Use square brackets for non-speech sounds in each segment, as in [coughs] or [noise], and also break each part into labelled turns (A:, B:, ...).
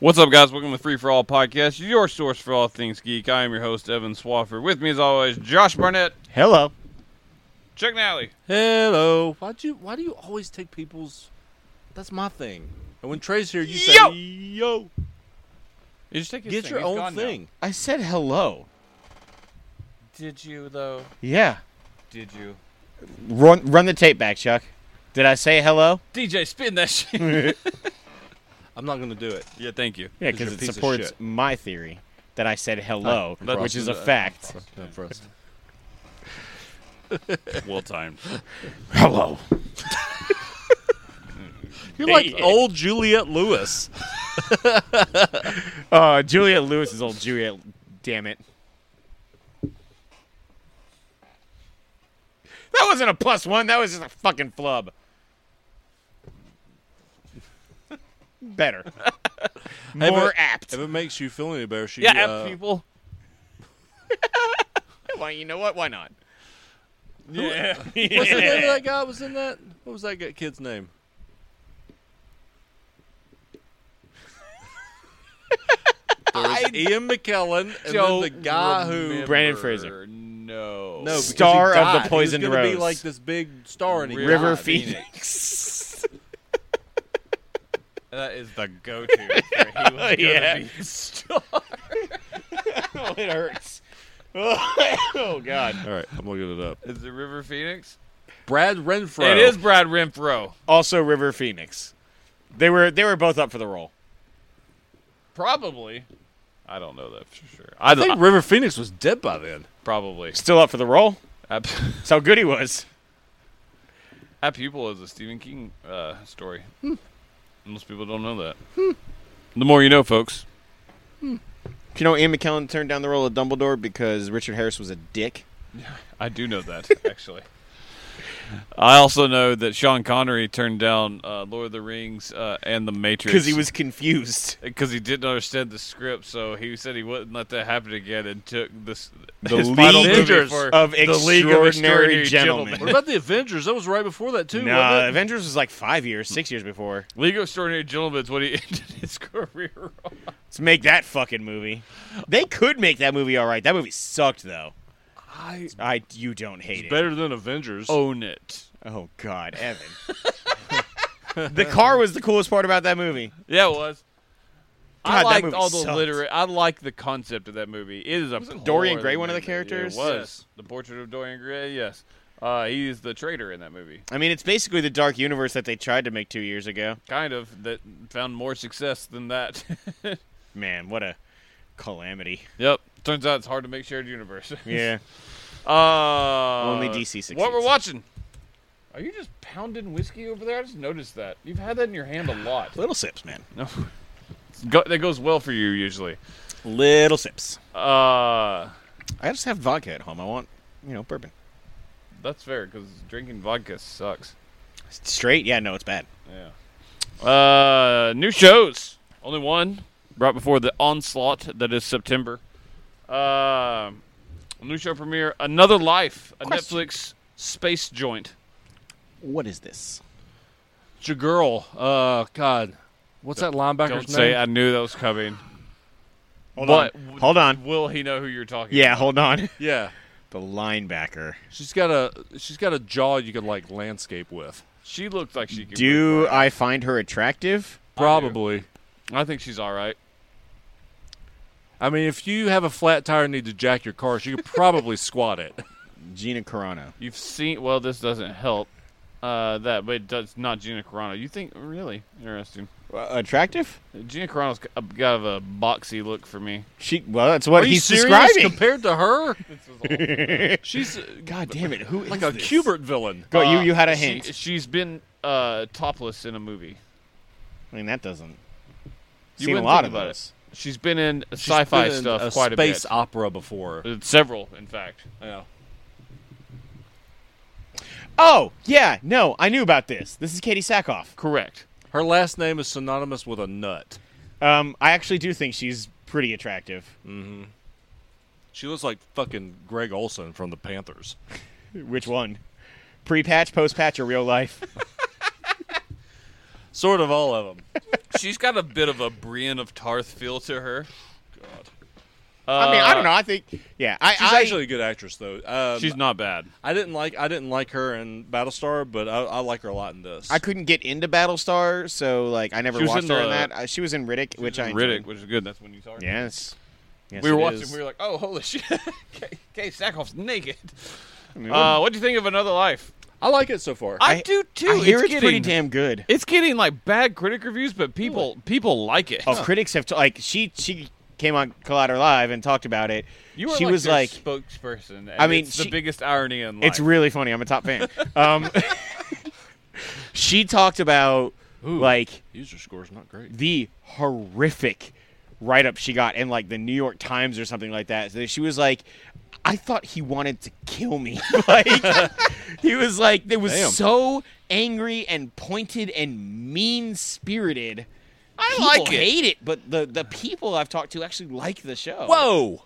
A: What's up, guys? Welcome to Free for All Podcast, your source for all things geek. I am your host, Evan Swafford. With me, as always, Josh Barnett,
B: Hello.
A: Chuck Nally.
B: Hello. Why do you Why do you always take people's? That's my thing. And when Trey's here, you
A: Yo!
B: say yo.
A: You just take his
B: Get
A: thing.
B: your
A: He's
B: own
A: gone now.
B: thing.
C: I said hello.
A: Did you, though?
C: Yeah.
A: Did you?
C: Run run the tape back, Chuck. Did I say hello?
A: DJ, spin that shit.
B: [laughs] I'm not gonna do it.
A: yeah, thank
B: [laughs]
A: you.
C: Yeah,
B: 'Cause you're a
C: because it
B: piece of
C: supports
B: shit.
C: my theory that I said hello,
A: That's-
C: which is a
A: that's-
C: fact.
B: No, first.
A: Well timed.
C: Hello.
B: You're like old Juliet Lewis.
C: Uh, Juliet Lewis is old Juliet. Damn it. That wasn't a plus one. That was just a fucking flub. Better.
B: Hey,
C: More
B: but-
C: apt.
B: [laughs] If it makes you feel any better, she
A: Yeah,
B: uh,
A: people.
C: Why? You know what? Why not?
A: Yeah.
C: [laughs]
B: What's the name of
A: [laughs]
B: that guy? Was in that? What was that guy- kid's name? There was Ian McKellen and then the guy who
C: Brandon Fraser.
A: No.
B: no because he
C: Star of the
B: died.
C: Poisoned
B: he was gonna Be
C: Rose.
B: like this big star, and he
A: River
B: died.
C: River
A: God, Phoenix.
C: Phoenix.
A: That is the
B: [laughs]
A: go-to. for he was gonna
C: [laughs] Yeah.
A: be a star.
C: oh, [laughs] it hurts. [laughs] oh God.
B: All right, I'm looking it up.
A: Is it River Phoenix?
B: Brad Renfro.
A: It is Brad Renfro.
C: Also, River Phoenix. They were they were both up for the role.
A: Probably. I don't know that for sure. I,
B: I think River Phoenix was dead by then.
A: probably.
C: Still up for the role.
A: Ab- [laughs]
C: That's how good he was.
A: That Pupil is a Stephen King uh, story.
C: Hmm.
A: Most people don't know that. The more you know, folks.
C: Do you know Ian McKellen turned down the role of Dumbledore because Richard Harris was a dick?
A: I do know
C: [laughs]
A: that, actually. I also know that Sean Connery turned down uh, Lord of the Rings uh, and The Matrix
C: Because he was [laughs] confused.
A: because he didn't understand the script, so he said he wouldn't let that happen again, and took this
C: The
A: his final
C: League
A: movie
B: Avengers
A: for
C: of
A: the League of
C: Extraordinary
A: Extraordinary
C: Gentlemen.
B: What about the Avengers? That was right before that too.
C: Nah,
B: wasn't it?
C: Avengers was like five years, six years before.
A: League of Extraordinary Gentlemen is what he [laughs] ended his career on.
C: Let's make that fucking movie. They could make that movie all right. That movie sucked though.
B: I,
C: I you don't hate
B: it's
C: it.
B: better than Avengers.
A: Own it.
C: Oh God, Evan. [laughs] the car was the coolest part about that movie.
A: Yeah, it was.
C: God,
A: I
C: that
A: liked
C: movie
A: all the
C: sucked.
A: literate. I like the concept of that movie. It is a
C: Wasn't Dorian
A: poorly
C: Gray one of the
A: made movie.
C: characters?
A: It was
B: Yes.
A: the portrait of Dorian Gray. Yes, uh, he's the traitor in that movie.
C: I mean, it's basically the Dark Universe that they tried to make two years ago.
A: Kind of that found more success than that. [laughs]
C: Man, what a calamity.
A: yep. Turns out it's hard to make shared universe.
C: [laughs] Yeah.
A: Uh,
C: Only DC
A: What
C: succeeds.
A: we're watching? Are you just pounding whiskey over there? I just noticed that you've had that in your hand a
C: [laughs]
A: lot.
C: Little sips, man.
A: No. Go- that goes well for you usually.
C: Little sips.
A: Uh,
C: I just have vodka at home. I want, you know, bourbon.
A: that's fair because drinking vodka sucks.
C: Straight? Yeah, no, it's bad.
A: Yeah. Uh, new shows. Only one right before the onslaught that is September. Uh, new show premiere. Another Life, a
C: Question.
A: Netflix space joint.
C: What is this?
B: It's your girl. Uh, God, what's that linebacker's
A: Don't
B: name?
A: say I knew that was coming.
C: Hold
A: What?
C: on. Hold on.
A: Will he know who you're talking?
C: Yeah, hold on. [laughs]
B: yeah,
C: The linebacker.
B: she's got a she's got a jaw you could like landscape with.
A: She looks like she could.
C: Do
A: whip her.
C: I find her attractive?
B: Probably.
A: I think she's all right.
B: I mean, if you have a flat tire and need to jack your car, you could probably [laughs] squat it.
C: Gina Carano.
A: You've seen. Well, this doesn't help. Uh, that, but it does not Gina Carano. You think really interesting?
C: Uh, attractive?
A: Gina Carano's got of a boxy look for me.
C: She. Well, that's what
B: Are you
C: he's
B: serious
C: describing.
B: [laughs] compared
A: [laughs]
B: to her? she's uh,
C: God damn it! Who is
B: like a
C: this?
B: Cubert villain.
C: Go, you
A: Uh,
C: you had a
A: she-
C: hint.
A: she's been uh, topless in a movie.
C: I mean, that doesn't.
A: You
C: seen a
A: wouldn't
C: lot
A: think
C: of
A: about
C: those.
A: She's been in
B: She's
A: sci-fi
B: been in
A: stuff
B: a
A: quite
B: space
A: a bit.
B: opera before.
A: Uh, Several, in fact.
B: Yeah.
C: Oh yeah, no, I knew about this. This is Katie Sackhoff.
A: Correct.
B: Her last name is synonymous with a nut.
C: Um, I actually do think she's pretty attractive.
B: She looks like fucking Greg Olson from the Panthers.
C: Mm. Which one? Pre-patch, post-patch, or real life?
B: Sort of all of
A: [laughs]
B: them.
A: She's got a bit of a Brienne of Tarth feel to her. God.
C: I mean, I
A: Uh,
C: don't know. I think, yeah, I,
B: She's
C: I
B: actually a good actress, though. Um,
A: She's not bad.
B: I didn't like I didn't like her in Battlestar, but I, I like her a lot in this.
C: I couldn't get into Battlestar, so like I never
A: She was
C: watched
A: in
C: her in
A: the-
C: that. Uh, she was in Riddick, which I enjoyed.
A: Riddick, which is good. That's when you saw her.
C: Yes. Yes,
A: we were
C: it
A: watching.
C: is.
A: We were like, "Oh, holy [laughs] shit!" Kay, Kay Sackhoff's naked.
C: I mean,
A: Uh, what do you think of Another Life?
B: I like it so far.
A: I,
C: I-
A: do too.
C: I hear it's,
A: getting,
C: pretty damn good.
A: It's getting like bad critic reviews, but people people like it.
C: Oh, critics have t- like she she came on Collider Live and talked about it.
A: you are
C: she was
A: their
C: like,
A: spokesperson. and
C: I mean,
A: it's the
C: she-
A: biggest irony in life.
C: it's really funny. I'm a top fan.
A: [laughs]
C: um, [laughs] she talked about like
B: User score's not great.
C: the horrific write up she got in like the New York Times or something like that. So she was like, I thought he wanted to kill me. [laughs] like he was like, it was
B: Damn.
C: so angry and pointed and mean spirited.
A: I
C: People
A: like it.
C: hate it, but the the people I've talked to actually like the show.
B: Whoa!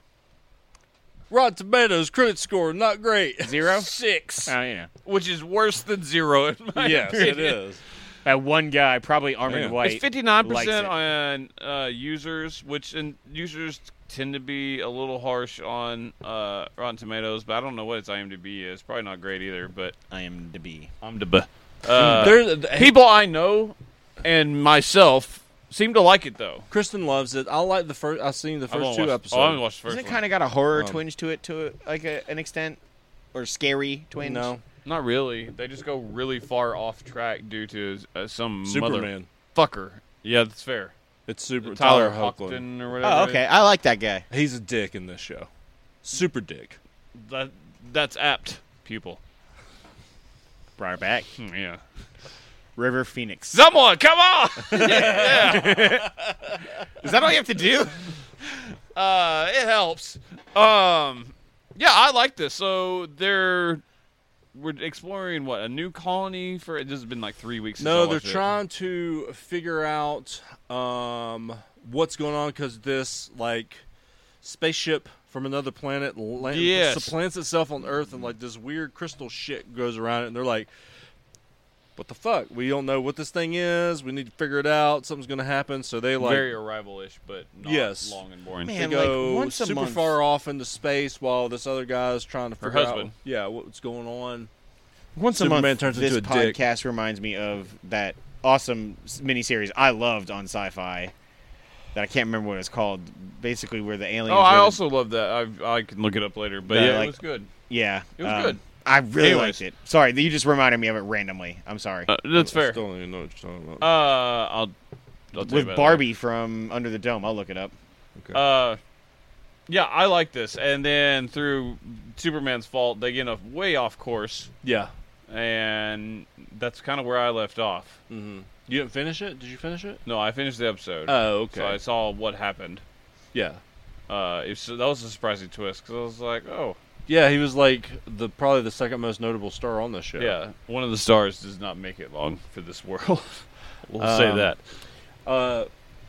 B: Rotten Tomatoes credit score not great. [laughs]
C: Zero?
A: six,
C: Oh, yeah.
A: which is worse than zero. In my
B: yes,
A: [laughs]
B: it
A: opinion.
B: is.
C: That one guy, probably Armin
B: Damn.
C: White.
A: It's fifty nine
C: likes it.
A: percent on uh, users, which and users tend to be a little harsh on uh, Rotten Tomatoes, but I don't know what its IMDb is. Probably not great either. But
C: I am to be.
A: IMDb. Uh,
B: There,
A: people I know and myself seem to like it though.
B: Kristen loves it. I like the first. I've seen the
A: I've only
B: first two
A: watched-
B: episodes.
A: Oh, I haven't watched the 1st
C: Isn't it kind of got a horror
B: Um,
C: twinge to it, to like a, an extent, or scary twinge?
B: no,
A: Not really. They just go really far off track due to uh, some
B: Superman.
A: motherfucker. Yeah, that's fair.
B: It's super
A: Tyler,
B: Tyler, Hoechlin.
A: Hockton or whatever.
C: Oh, okay. I like that guy.
B: He's a dick in this show. Super dick.
A: That that's apt, pupil.
C: Brought her back.
A: Hmm, Yeah.
C: River Phoenix.
A: Someone, come on! [laughs]
C: Is that all you have to do?
A: uh, it helps. Um, yeah, I like this. So they're we're exploring what a new colony for. It has been like three weeks. since I
B: No, they're
A: watched it.
B: trying to figure out um, what's going on because this like spaceship from another planet land-
A: Yes.
B: supplants itself on Earth, and like this weird crystal shit goes around it, and they're like, "What the fuck? We don't know what this thing is. We need to figure it out. Something's going to happen." So they like
A: very arrival-ish, but not
B: Yes.
A: long and boring.
C: Man.
B: they
C: And, like,
B: go
C: once a
B: super
C: month-
B: far off into space while this other guy's trying to
A: Her
B: figure out
A: husband.
B: yeah what's going on.
C: Once
B: Superman
C: a month,
B: turns
C: this
B: into a dick.
C: podcast reminds me of that awesome s- miniseries I loved on Sci-Fi. That I can't remember what it's called. Basically, where the aliens.
A: Oh, I
C: were the-
A: also love that. I I can look it up later, but
C: Yeah,
A: yeah, it
C: like-
A: was good.
C: yeah,
A: It was
C: um,
A: good.
C: I really
A: Anyways.
C: liked it. Sorry, you just reminded me of it randomly. I'm sorry.
A: Uh, that's fair.
B: I still don't even know what you're talking about.
A: Uh, I'll, I'll tell you about
C: With
A: it
C: Barbie from Under the Dome, I'll look it up.
B: okay.
A: later. Uh, yeah, I like this. And then through Superman's fault, they get off way off course,
B: yeah.
A: and that's kind of where I left off.
B: Mm-hmm. You didn't finish it? Did you finish it?
A: No, I finished the episode.
B: Oh, okay.
A: So I saw what happened.
B: yeah.
A: Uh, it was, that was a surprising twist because I was like, oh,
B: Yeah, he was like the probably the second most notable star on the show.
A: yeah. one of the stars does not make it long for this world. [laughs] we'll say
B: Um,
A: that.
B: Uh,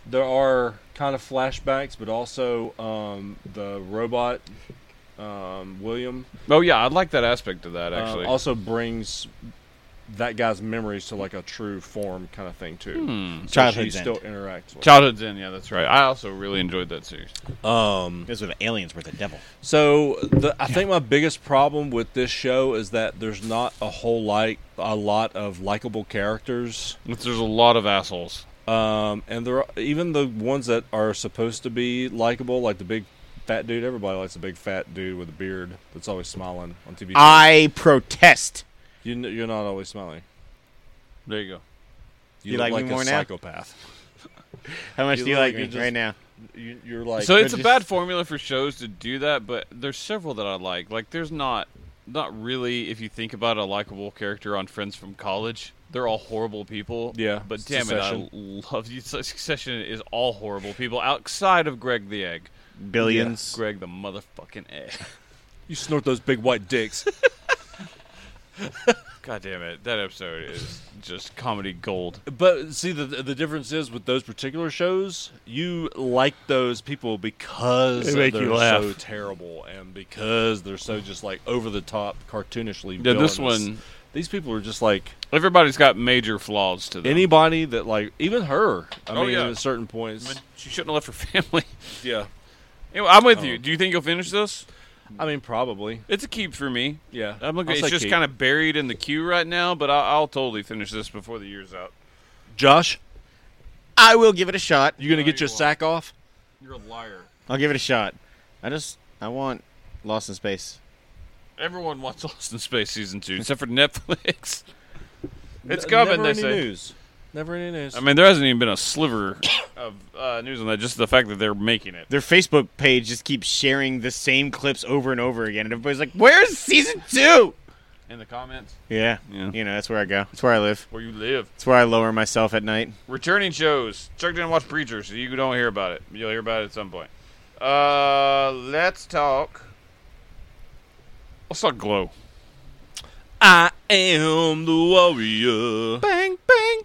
B: there are kind of flashbacks, but also um, the robot um, William
A: Oh yeah, I like that aspect of that
B: uh,
A: actually.
B: also brings that guy's memories to like a true form kind of thing too.
A: Hmm.
B: So
C: Childhood's
B: she
C: End.
B: still interacts with.
A: Childhood's End, yeah, that's right. I also really enjoyed that series.
B: um,
C: This was the aliens were the devil.
B: So the, I think my biggest problem with this show is that there's not a whole like a lot of likable characters,
A: There's a lot of assholes.
B: um, and there are, even the ones that are supposed to be likable, like the big fat dude. Everybody likes a big fat dude with a beard that's always smiling on TV.
C: I protest.
B: you, kn- you're not always smiling.
A: There you go.
B: You,
C: You like
B: look
C: me
B: like a
C: more now?
B: psychopath.
C: How much
B: You
C: do you
B: look
C: like
B: like
C: me
B: you just-
C: right now?
B: You, you're like
A: so it's a
C: just-
A: bad formula for shows to do that, but there's several that I like. Like there's not not really if you think about a likable character on Friends from College, they're all horrible people.
B: Yeah,
A: But damn
B: Succession.
A: it, I love you. Succession is all horrible people outside of Greg the Egg.
C: Billions.
A: Greg the motherfucking egg. [laughs]
B: you snort those big white dicks. [laughs]
A: God damn it. That episode is just comedy gold.
B: But see, the the difference is with those particular shows, you like those people because
A: They make
B: they're
A: you laugh.
B: so terrible and because they're so just like over the top, cartoonishly.
A: Yeah, this
B: villainous.
A: one-
B: These people are just like
A: Everybody's got major flaws to them.
B: anybody that like even her. I
A: Oh,
B: mean,
A: yeah.
B: at certain
A: I
B: points.
A: mean, she shouldn't have left her [laughs] family.
B: Yeah.
A: Anyway, I'm with
B: Oh.
A: you. Do you think you'll finish this?
B: I mean, probably.
A: It's a keep for me.
B: Yeah.
A: I'm looking.
B: I'll
A: It's
B: say
A: just
B: keep.
A: kind of buried in the queue right now, but I, I'll totally finish this before the year's out.
B: Josh,
C: I will give it a shot.
B: you gonna
A: No,
B: get
A: you
B: your
A: won't.
B: sack off?
A: You're a liar.
C: I'll give it a shot. I just I want Lost in Space.
A: Everyone wants [laughs] Lost in Space season two, except for Netflix. [laughs] It's
B: N-
A: coming.
B: Never
A: They
B: any
A: say.
B: news. Never any news.
A: I mean, there hasn't even been a sliver [coughs] of uh, news on that. Just the fact that they're making it.
C: Their Facebook page just keeps sharing the same clips over and over again, and everybody's like, "Where's season two?
A: In the comments,
C: Yeah,
A: Yeah.
C: you know that's where I go. That's where I live.
A: where you live.
C: That's where I lower myself at night.
A: Returning shows. Check in and watch Preacher, so you don't hear about it. You'll hear about it at some point. Uh, let's talk. Let's talk Glow.
B: I am the warrior,
A: Bang bang.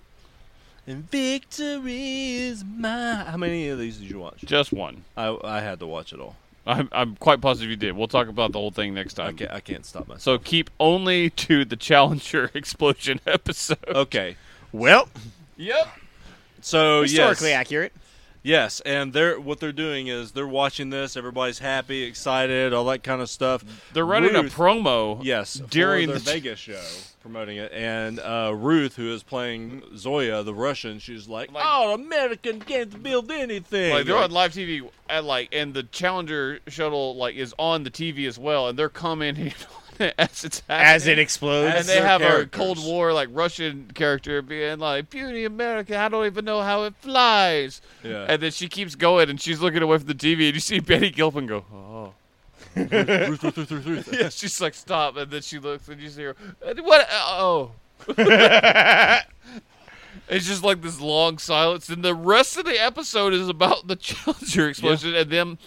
B: and victory is mine. How many of these did you watch?
A: Just one.
B: I, I had to watch it all.
A: I'm, I'm quite positive you did. We'll talk about the whole thing next
B: I
A: time.
B: can't, I can't stop myself.
A: So keep only to the Challenger [laughs] explosion episode.
B: Okay,
C: Well,
A: Yep.
B: so
C: historically
B: yes,
C: accurate.
B: yes, and they're what they're doing is they're watching this. Everybody's happy, excited, all that kind of stuff.
A: They're running
B: Ruth-
A: a promo.
B: Yes,
A: during
B: for
A: the
B: their Vegas show, promoting it, and uh, Ruth, who is playing Zoya, the Russian, she's like,
A: Like-
B: "Oh, American can't build anything."
A: Like they're
B: Like,
A: on live TV at like, and the Challenger shuttle like is on the TV as well, and they're commenting on it [laughs] as it's happening.
C: As it explodes,
A: and
B: as
A: they
B: their
A: have
B: characters.
A: a Cold War like Russian character being like, "Beauty America, I don't even know how it flies."
B: Yeah.
A: And then she keeps going, and she's looking away from the TV, and you see Betty Gilpin go,
B: [laughs]
A: "Oh." [laughs]
B: Ruth, Ruth, Ruth, Ruth, Ruth.
A: Yeah, she's like, "Stop!" And then she looks, and you see her, "Uh, "What?
B: [laughs]
A: Oh." It's just like this long silence, and the rest of the episode is about the Challenger explosion and them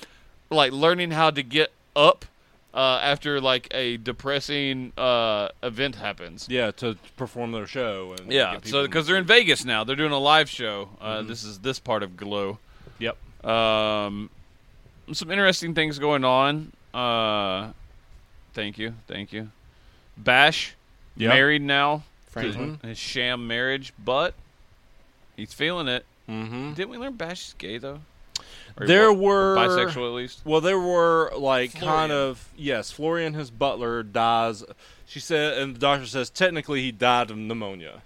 A: like learning how to get up uh, after like a depressing uh, event happens.
B: Yeah, to perform their show. And
A: Yeah,
B: get people
A: so because they're in Vegas now, they're doing a live show. Uh, This is this part of Glow.
B: Yep.
A: Um, some interesting things going on. Uh, thank you, thank you. Bash,
B: Yeah.
A: married now, to
C: Franklin.
A: his sham marriage, but he's feeling it.
B: Mm-hmm.
A: Didn't we learn Bash is gay though? Or
B: There
A: what-
B: were
A: bisexual at least.
B: Well, there were like
A: Florian.
B: kind of yes. Florian, his butler, dies. She said, and the doctor says technically he died of pneumonia,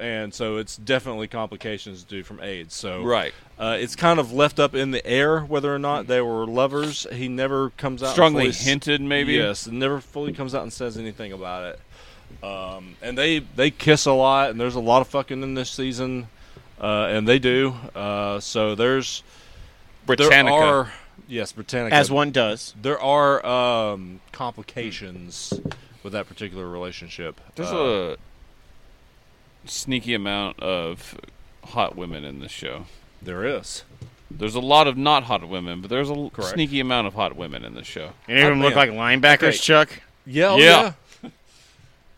B: and so it's definitely complications due from AIDS. So Uh, it's kind of left up in the air whether or not they were lovers. He never comes out and
A: Strongly
B: fully s-
A: hinted, maybe.
B: Yes, never fully comes out and says anything about it. Um, and they they kiss a lot, and there's a lot of fucking in this season, uh, and they do. Uh, so there's
A: Britannica.
B: There are, yes, Britannica.
C: as one does.
B: there are um, complications with that particular relationship.
A: There's
B: Uh,
A: a sneaky amount of hot women in this show.
B: there is.
A: There's a lot of not hot women, but there's a l-
B: Correct.
A: sneaky amount of hot women in this show.
C: Any of them look like
B: man.
C: linebackers,
A: [laughs]
B: Okay.
C: Chuck?
B: Yeah, oh,
A: Yeah.
B: yeah.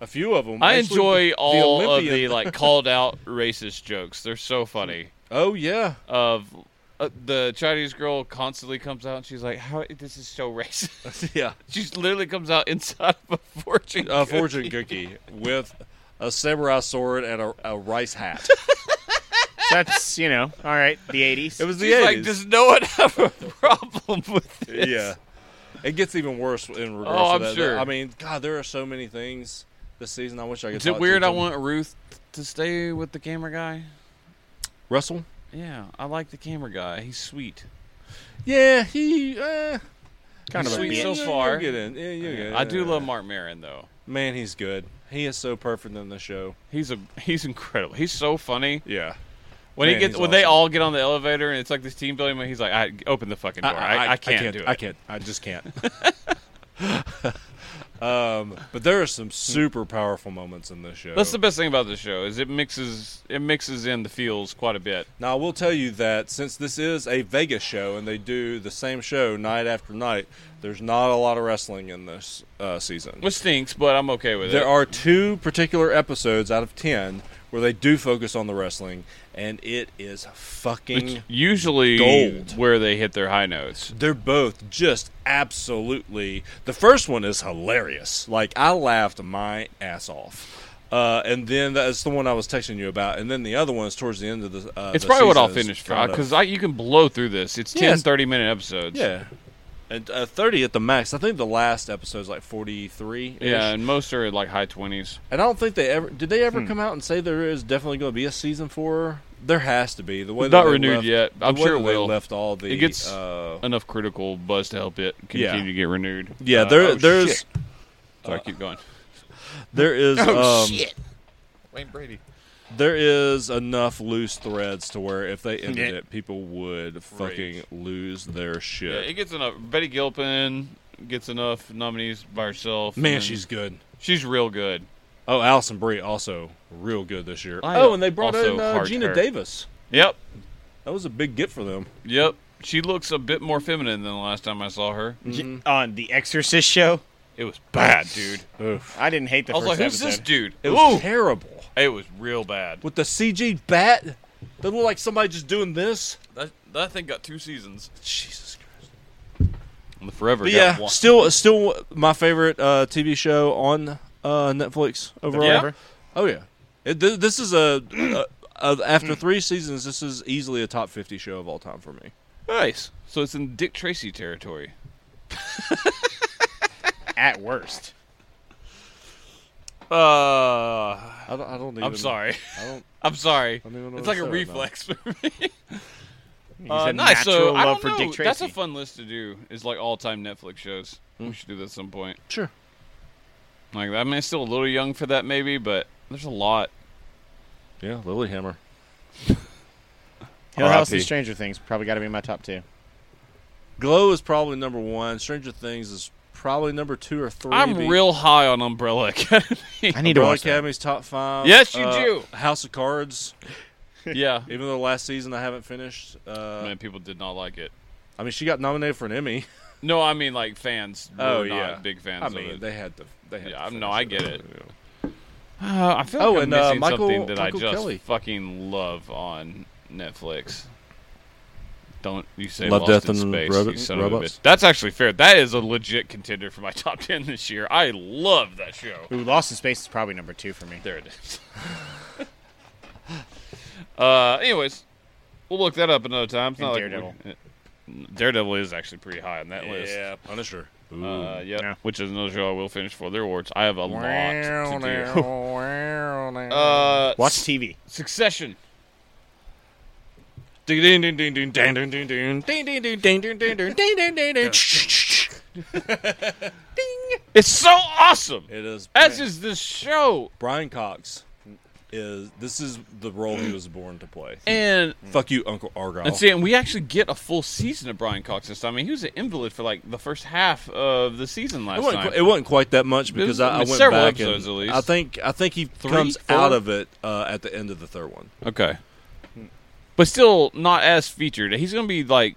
B: a few of them.
A: I enjoy all of the
B: [laughs]
A: like called out racist jokes. They're so funny.
B: Oh yeah. [laughs]
A: Of uh, the Chinese girl constantly comes out and she's like, "How this is so racist." [laughs]
B: yeah.
A: she literally comes out inside of a fortune. [laughs]
B: a fortune cookie with a samurai sword and a, a rice hat.
C: That's you know, all right. The eighties.
B: was
A: She's like, does no one have a [laughs] problem with this?
B: [laughs] yeah, it gets even worse in regards.
A: Oh,
B: to
A: I'm
B: that.
A: sure.
B: I mean, God, there are so many things this season. I wish I could.
A: Is it
B: talk
A: weird?
B: To
A: I
B: them.
A: want Ruth to stay with the camera guy.
B: Russell.
A: Yeah, I like the camera guy. He's sweet.
B: Yeah, he uh,
C: Kind
A: of a
B: sweet
A: bitch.
B: so
A: Yeah,
B: far.
A: you'll get I do love Mark Maron though.
B: Man, he's good. He is so perfect in the show.
A: He's a he's incredible. He's so funny.
B: Yeah.
A: When he
B: Man,
A: gets
B: he's
A: when they
B: awesome.
A: all get on the elevator and it's like this team building, when he's like, "I open the fucking door. I, I, can't, do it."
B: I can't. I just can't. [laughs] um, but there are some super powerful moments in this show.
A: That's the best thing about this show is it mixes it mixes in the feels quite a bit.
B: Now, I will tell you that since this is a Vegas show and they do the same show night after night, there's not a lot of wrestling in this uh, season.
A: Which stinks, but I'm okay with
B: There
A: it.
B: are two particular episodes out of 10 where they do focus on the wrestling, and it
A: It's
B: is fucking.
A: usually
B: Gold.
A: where they hit their high notes.
B: They're both just absolutely. The first one is hilarious. Like, I laughed my ass off. Uh, and then that's the one I was texting you about. And then the other one is towards the end of the. Uh,
A: It's
B: the
A: probably what
B: season.
A: I'll
B: It's
A: finish for
B: kinda-
A: because you can blow through this. It's 10,
B: Yes.
A: 30 minute episodes.
B: Yeah. And uh, 30 at the max. I think the last episode is like 43.
A: Yeah, Hmm. and most are like high 20s.
B: And I don't think they ever did. They ever come out and say there is definitely going to be a season four. There has to be. The way
A: Not
B: that they
A: renewed
B: left-
A: yet.
B: the
A: I'm
B: way
A: sure
B: that
A: it
B: they
A: will.
B: Left all the.
A: It gets-
B: Uh,
A: Enough critical buzz to help it continue
B: Yeah.
A: to get renewed.
B: yeah,
A: Uh,
B: there,
A: oh,
B: there's,
A: shit. Sorry, keep going. [laughs]
B: there is,
D: Oh
B: um,
D: shit. Wayne Brady.
B: there is enough loose threads to where if they ended
C: Yeah.
B: it, people would fucking lose their shit.
A: Yeah, it gets enough. Betty Gilpin gets enough nominees by herself. and
B: Man,
A: then-
B: she's good.
A: she's real good.
B: Oh, Allison Brie also real good this year.
A: I
B: oh, and they brought
A: also
B: in uh,
A: heart
B: Gina
A: her.
B: Davis.
A: Yep,
B: That was a big get for them.
A: yep. She looks a bit more feminine than the last time I saw her.
C: J- on the Exorcist show.
A: It was Mm-hmm. bad, dude.
B: Oof.
C: I didn't hate the
A: I was
C: first
A: like, who's this
C: episode.
A: dude?
B: It was
A: Ooh,
B: terrible
A: it was real bad.
B: with the CG bat. They look like somebody just doing this.
A: That, that thing got two seasons.
B: Jesus Christ.
A: The Forever
B: But
A: got
B: yeah,
A: one.
B: still, still my favorite uh, TV show on uh, Netflix overall.
A: Forever?
B: Oh yeah, it, th- this is a. a uh, after three seasons, this is easily a top fifty show of all time for me.
A: Nice. So it's in Dick Tracy territory.
C: At worst.
A: Uh,
B: I don't. I don't even,
A: I'm sorry. [laughs]
B: I don't.
A: I'm sorry.
B: I don't even know
A: It's
B: what
A: like
B: to
A: a
B: say right now.
A: reflex for me.
C: He's
A: Uh,
C: a
A: nice.
C: natural
A: So I don't
C: love for
A: know.
C: Dick Tracy.
A: That's a fun list to do. Is like all time Netflix shows.
B: Hmm.
A: We should do that at some point.
B: Sure.
A: Like I mean, it's still a little young for that, maybe, but there's a lot.
B: Yeah, Lilyhammer.
C: Hill House and
A: RIP.
C: Stranger Things probably got to be in my
A: [laughs]
C: top two.
B: Glow is probably number one. Stranger Things is probably number two or three.
A: I'm
B: Be-
A: real high on Umbrella [laughs]
B: [laughs]
A: Academy.
C: I need
B: Umbrella
C: to watch that.
B: Academy's top five.
A: Yes, you
B: Uh,
A: do.
B: House of Cards.
A: yeah,
B: Even though last season I haven't finished. Uh,
A: man, people did not like it.
B: I mean, she got nominated for an Emmy.
A: No, I mean like fans. Were
B: Oh,
A: not
B: yeah.
A: big fans.
B: I
A: of
B: mean,
A: it.
B: they had to. They had
A: Yeah,
B: to
A: I'm-
B: finish
A: no, I get it. Uh, I feel like
B: Oh,
A: I'm
B: and, uh,
A: missing
B: Michael-
A: something that
B: Michael
A: I just
B: Kelly.
A: fucking love on Netflix. Don't you say
B: Love,
A: Lost
B: Death,
A: in
B: and
A: Space,
B: Robo-
A: you son of a
B: Robots?
A: bitch. That's actually fair. That is a legit contender for my [laughs] top ten this year. I love that show.
C: Ooh, Lost in Space is probably number two for me.
A: There it is. [laughs] uh, anyways, we'll look that up another time. It's
C: And
A: not like
C: Daredevil.
A: we- uh, Daredevil is actually pretty high on that list.
B: Yeah, Punisher.
A: Uh, yep,
C: Yeah.
A: which is another show I will finish for their awards. I have a lot to do.
C: uh,
A: Uh,
C: watch TV.
A: Succession.
B: Ding ding ding ding ding ding ding ding ding ding ding ding ding ding ding ding ding ding ding.
A: It's so awesome.
B: It is.
A: As is this show.
B: Brian Cox is. This is the role he was born to play.
A: And
B: Fuck you, Uncle Argyle.
A: and see, and we actually get a full season of Brian Cox this time. I mean, he was an invalid for like the first half of the season
B: It
A: last
B: wasn't,
A: time.
B: qu- it wasn't quite that much
A: was,
B: because
A: I
B: I, I
A: mean,
B: went
A: several
B: back
A: episodes
B: and
A: at least.
B: I think I think he
A: Three,
B: comes
A: four?
B: out of it uh, at the end of the third one.
A: okay, but still not as featured. He's going to be like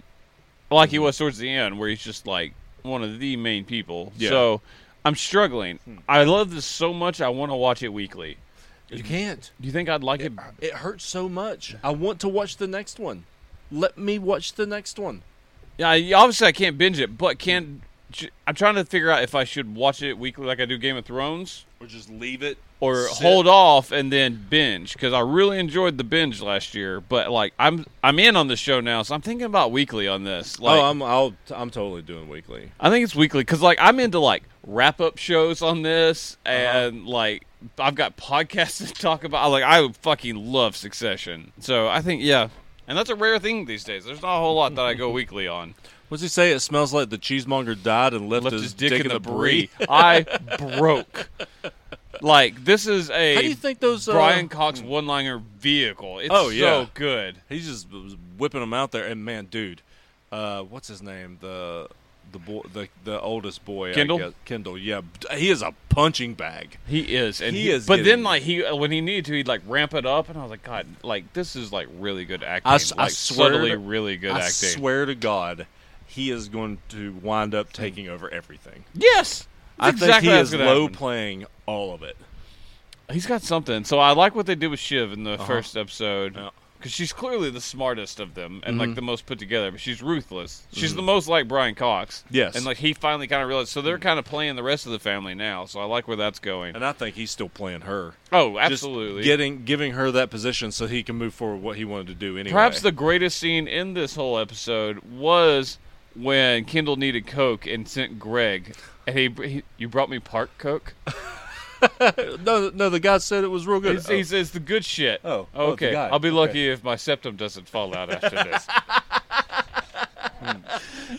A: like he was towards the end, where he's just like one of the main people.
B: Yeah.
A: So I'm struggling. I love this so much. I want to watch it weekly.
B: You can't.
A: Do you think I'd like it?
B: Mm-hmm. It hurts so much. I want to watch the next one. Let me watch the next one.
A: Yeah, I- obviously I can't binge it, but can j- I'm trying to figure out if I should watch it weekly like I do Game of Thrones.
B: Or just leave it.
A: or
B: Sit.
A: hold off and then binge because I really enjoyed the binge last year. But like I'm I'm in on the show now, so I'm thinking about weekly on this. Like
B: oh, I'm I'll, I'm totally doing weekly.
A: I think it's weekly because like I'm into like wrap up shows on this
B: Uh-huh.
A: and like I've got podcasts [laughs] to talk about. Like I fucking love Succession, so I think yeah. And that's a rare thing these days. There's not a whole lot that I go
B: [laughs]
A: weekly on.
B: What's he say? It smells like the cheesemonger died and left,
A: Left
B: his,
A: his dick, in the brie. [laughs] I broke. Like this is a
B: How do you think those uh,
A: Brian Cox one liner vehicle. It's
B: Oh,
A: so
B: yeah.
A: good.
B: He's just was whipping them out there, and man, dude, uh, what's his name? The the boy, the the oldest boy,
A: Kendall?
B: I guess. Kendall, yeah, he is a punching bag.
A: He is, and
B: He
A: he,
B: is
A: But
B: getting-
A: then, like he, uh, when he needed to, he'd like ramp it up, and I was like, God, like this is like really good acting.
B: I s- I
A: like
B: swear
A: subtly
B: to-
A: really good
B: I
A: acting.
B: swear to God, he is going to wind up taking over everything.
A: Yes,
B: I
A: That's exactly
B: think he
A: what's
B: is
A: gonna
B: low
A: happen.
B: playing all of it.
A: He's got something. So I like what they did with Shiv in the first episode
B: Uh-huh. Yeah.
A: because because she's clearly the smartest of them and
B: Mm-hmm.
A: like the most put together, but she's ruthless. She's the most like Brian Cox.
B: Yes. Mm.
A: and like he finally kind of realized. So they're kind of playing the rest of the family now. So I like where that's going.
B: And I think he's still playing her.
A: Oh,
B: Just
A: absolutely.
B: getting giving her that position so he can move forward what he wanted to do anyway.
A: Perhaps the greatest scene in this whole episode was when Kendall needed Coke and sent Greg, and he, he you brought me Park Coke.
B: no, no, the guy said it was real good.
A: He says the good shit.
B: Oh, oh, the
A: okay.
B: guy.
A: I'll be
B: Okay.
A: lucky if my septum doesn't fall out after
B: [laughs]
A: this.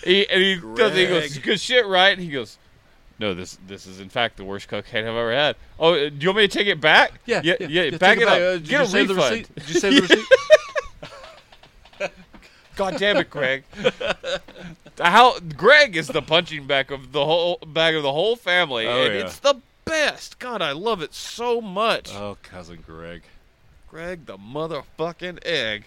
A: he, and he does. He goes,
B: Greg.
A: good shit, right? And he goes, no, this this is in fact the worst cocaine I've ever had. Oh, uh, do you want me to take it back?
B: Oh. yeah,
A: yeah,
B: yeah, take
A: back it up.
B: Uh, did you
A: Get a
B: save the
A: refund.
B: receipt? Did you save the receipt?
A: [laughs] God damn it,
B: [laughs]
A: Greg! How Greg is the punching bag of the whole bag of the whole family,
B: Oh,
A: and
B: yeah.
A: it's the best. God, I love it so much.
B: Oh, cousin Greg.
A: Greg, the motherfucking egg.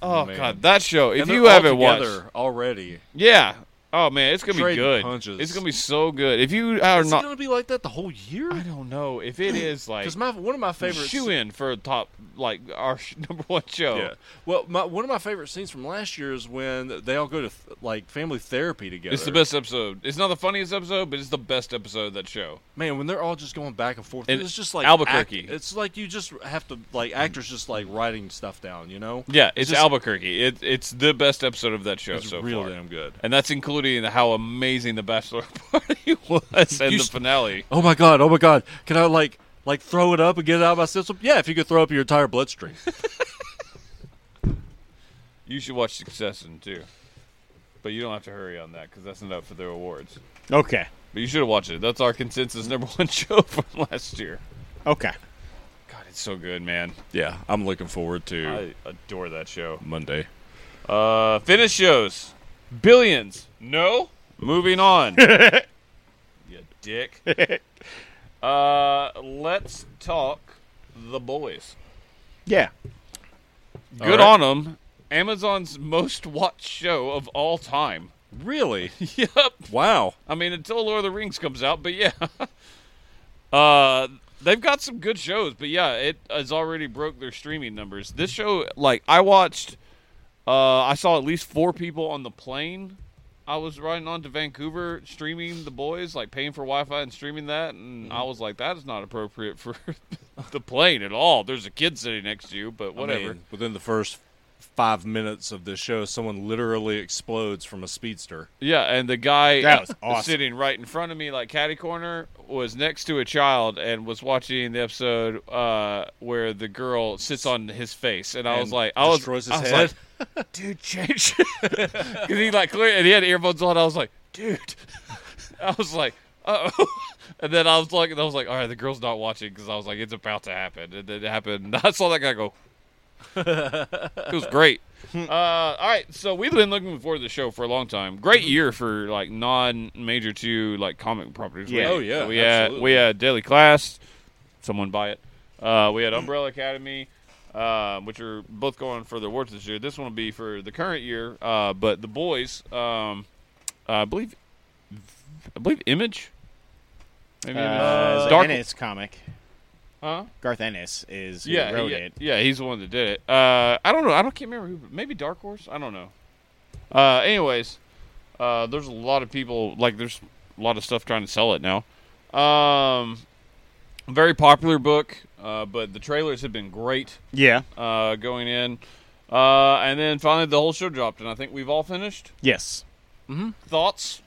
A: Oh
B: Man.
A: God, that show! If
B: And
A: you
B: they're all
A: haven't watched,
B: together already,
A: yeah. Oh man, it's gonna be
B: Trading
A: good.
B: punches.
A: It's gonna be so good. If you are
B: is it
A: not,
B: gonna be like that the whole year?
A: I don't know if
B: [clears throat]
A: it is like
B: Because my one of my favorite
A: shoe in for top like our sh- [laughs] number one show.
B: Yeah. Well, my, one of my favorite scenes from last year is when they all go to th- like family therapy together.
A: It's the best episode. It's not the funniest episode, but it's the best episode of that show.
B: Man, when they're all just going back and forth,
A: And
B: it's just like
A: Albuquerque.
B: act- it's like you just have to like actors just like writing stuff down, you know?
A: Yeah, it's
B: just-
A: Albuquerque. It, it's the best episode of that show
B: It's
A: so
B: real
A: far, [laughs]
B: damn good.
A: and that's including how amazing the bachelor [laughs] party was and
B: You
A: the
B: s-
A: finale.
B: Oh my god! Oh my god! Can I like like throw it up and get it out of my system? Yeah, if you could throw up your entire bloodstream.
A: You should watch Succession too, but you don't have to hurry on that because that's not up for their awards.
C: Okay.
A: But you should have watched it. That's our consensus [laughs] number one show from last year.
C: Okay.
A: God, it's so good, man.
B: [laughs] yeah, I'm looking forward to
A: I adore that show.
B: Monday.
A: Uh, finish shows. Billions. No. Moving
B: [laughs]
A: on. you dick. Uh, let's talk the boys.
C: Yeah.
B: All
A: Good
B: right.
A: on 'em. on them. Amazon's most watched show of all time. [laughs]
B: Really?
A: yep.
B: wow.
A: I mean, until Lord of the Rings comes out, but yeah. [laughs] uh, they've got some good shows, but yeah, it has already broke their streaming numbers. This show, like, I watched, uh, I saw at least four people on the plane. I was riding on to Vancouver streaming The Boys, like paying for Wi Fi and streaming that. And
B: Mm-hmm.
A: I was like, that is not appropriate for [laughs] the plane at all. There's a kid sitting next to you, but whatever.
B: I mean, within the first five minutes of this show, someone literally explodes from a speedster.
A: Yeah, and the guy [laughs]
C: That was awesome.
A: sitting right in front of me, like catty corner, was next to a child and was watching the episode uh, where the girl sits on his face, and I was
B: And
A: like, I was,
B: destroys his
A: I was
B: head.
A: like, [laughs] dude, change, because he like clear, and he had earphones on. I was like, dude, [laughs] I was like, uh oh, and then I was like, and I was like, all right, the girl's not watching because I was like, it's about to happen, and then it happened. [laughs] And I saw that guy go.
B: [laughs]
A: it was great.
B: Hmm.
A: Uh, all right, so we've been looking forward to the show for a long time. Great
B: Mm-hmm.
A: year for like non-major two like comic properties. We
C: Yeah.
A: had-
B: Oh, yeah,
A: we had
B: absolutely.
A: we had Daily Class. Someone buy it. Uh, we had
B: Mm-hmm.
A: Umbrella Academy, uh, which are both going for the awards this year. This one will be for the current year. Uh, but the boys, um, I believe, I believe Image. Maybe Image.
C: Uh,
A: Dark.
C: Ennis comic.
A: Huh?
C: Garth Ennis is who
A: Yeah,
C: wrote
A: yeah,
C: it.
A: yeah, he's the one that did it. Uh, I don't know. I don't can't remember who. Maybe Dark Horse. I don't know. Uh, anyways, uh, there's a lot of people like there's a lot of stuff trying to sell it now. Um, very popular book, uh, but the trailers have been great
C: Yeah.
A: uh, going in, uh, and then finally the whole show dropped, and I think we've all finished.
C: Yes.
A: Thoughts?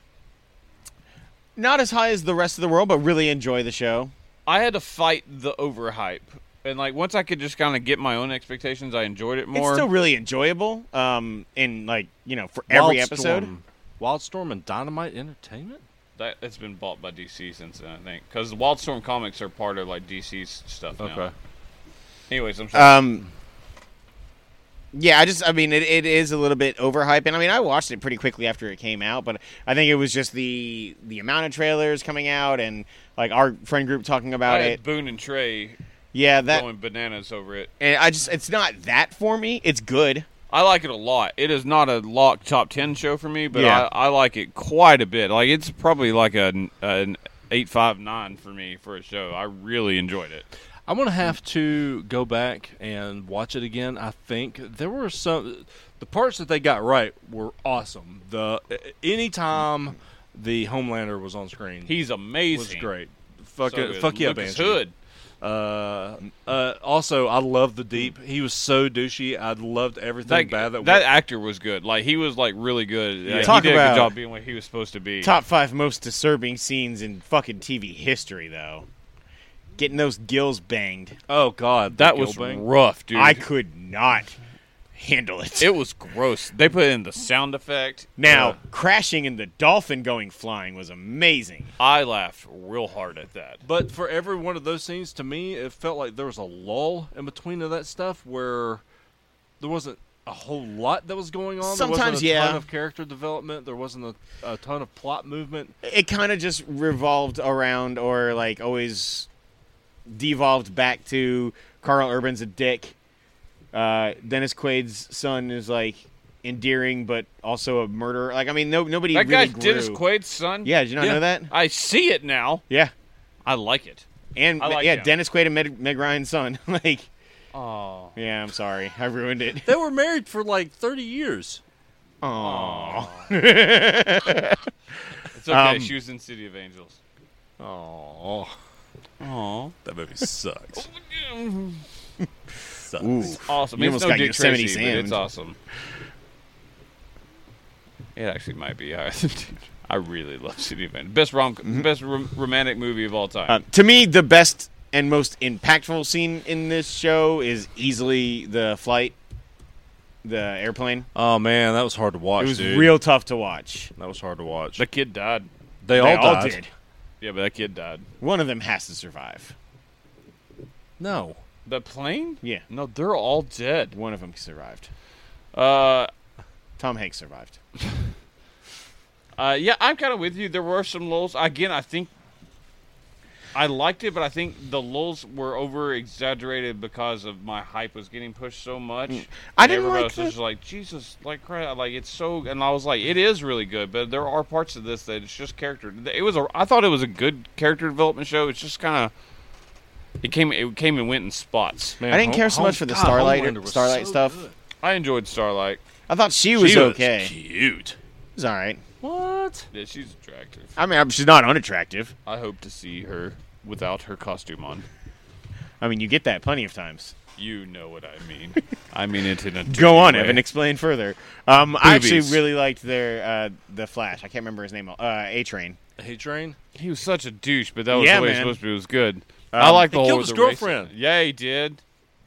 C: Not as high as the rest of the world, but really enjoy the show.
A: I had to fight the overhype, and like once I could just kind of get my own expectations, I enjoyed it more.
C: it's still really enjoyable. Um, in like you know for every episode.
B: Wildstorm and Dynamite Entertainment.
A: That it's been bought by DC since then, I think, because Wildstorm comics are part of like DC's stuff now. Anyways,
B: Uh,
A: I'm sorry.
C: Um, yeah, I just, I mean, it, it is a little bit overhyped, and I mean, I watched it pretty quickly after it came out, but I think it was just the the amount of trailers coming out and like our friend group talking
A: I
C: about
A: had
C: it.
A: Boone and Trey
C: Yeah, that,
A: going bananas over it.
C: and I just, it's not that for me. It's good.
A: I like it a lot. It is not a lock top ten show for me, but
C: Yeah.
A: I, I like it quite a bit. Like it's probably like an an eight five nine for me for a show. I really enjoyed it.
B: I'm gonna have to go back and watch it again. I think there were some the parts that they got right were awesome. The anytime the Homelander was on screen,
A: He's
B: was
A: amazing.
B: great. Fuck
A: So
B: it,
A: good.
B: fuck yeah,
A: Lucas
B: Banshee.
A: Hood.
B: Uh, uh, also, I love the deep. He was so douchey. I loved everything
A: Hmm. That,
B: bad that,
A: that actor was good. Like he was like really good. Like,
C: Talk
A: he did a
C: about-
A: good job being what he was supposed to be.
C: Top five most disturbing scenes in fucking TV history, though. Getting those gills banged,
B: Oh God,
A: that
B: the
A: was
B: Gilbane.
A: rough, dude.
C: I could not handle it.
A: it was gross. They put in the sound effect.
C: now,
A: Uh,
C: crashing and the dolphin going flying was amazing.
A: I laughed real hard at that.
B: But for every one of those scenes, to me, it felt like there was a lull in between of that stuff where there wasn't a whole lot that was going on. there
C: Sometimes,
B: wasn't a
C: yeah.
B: ton of character development. There wasn't a, a ton of plot movement.
C: It kind of just revolved around, or like always devolved back to Carl Urban's a dick. Uh, Dennis Quaid's son is like endearing, but also a murderer. Like, I mean, no, nobody
A: that
C: really
A: guy's
C: grew.
A: Dennis Quaid's son.
C: Yeah, did you not know that?
A: I see it now.
C: Yeah,
A: I like it.
C: And
A: I like
C: yeah,
A: him.
C: Dennis Quaid and Meg, Meg Ryan's son. [laughs] like,
A: Oh,
C: yeah, I'm sorry, I
A: [laughs]
C: ruined it.
B: They were married for like thirty years.
C: Aww.
A: it's okay.
C: Um,
A: she was in City of Angels.
B: Oh,
A: Oh,
B: that movie sucks. sucks.
C: Ooh.
A: awesome.
C: You
A: it's
C: almost
A: no
C: got
A: Dick
C: Yosemite
A: Tracy, but it's
C: Sam.
A: awesome. It actually might be. [laughs] I, I really love City of Angels. Best rom,
C: Mm-hmm.
A: best rom- romantic movie of all time.
C: Um, to me, the best and most impactful scene in this show is easily the flight, the airplane.
B: Oh man, that was hard to watch.
C: It was
B: dude.
C: real tough to watch.
B: That was hard to watch.
A: the kid died.
B: they all
C: They all
B: died.
C: did.
A: Yeah, but that kid died.
C: One of them has to survive.
B: No.
A: The plane?
C: Yeah,
A: No, they're all dead.
C: one of them survived.
A: Uh,
C: Tom Hanks survived.
A: Uh, yeah, I'm kind of with you. There were some lulls. Again, I think I liked it, but I think the lulls were over exaggerated because of my hype was getting pushed so much.
C: Mm. I
A: And
C: didn't
A: everybody
C: like
A: was just
C: the-
A: like Jesus, like crap, like it's so. And I was like, it is really good, but there are parts of this that it's just character. It was a. I thought it was a good character development show. It's just kind of. It came. It came and went in spots.
B: Man,
C: I didn't
B: Home-
C: care so much
B: Home-
C: for the
B: God,
C: Starlight or-
B: Homelander was
C: Starlight
B: so
C: stuff.
B: good.
A: I enjoyed Starlight.
C: I thought she was
B: She
C: okay.
B: Cute.
C: It was all right.
B: What?
A: Yeah, she's attractive.
C: I mean, I'm- she's not unattractive.
A: I hope to see her without her costume on.
C: I mean, you get that plenty of times.
A: You know what I mean. I mean it in a
C: [laughs] Go on,
A: way.
C: Evan. Explain further. Um, I actually
A: Boobies.
C: really liked their uh, the Flash. I can't remember his name. Uh, A Train.
B: Hey, Train.
A: He was such a douche, but that was
C: Yeah,
A: the way
C: man. Um,
A: it was supposed to be. It was good. I like the
B: he
A: whole
B: killed
A: with
B: his
A: the race-
B: girlfriend.
A: Yeah, he did.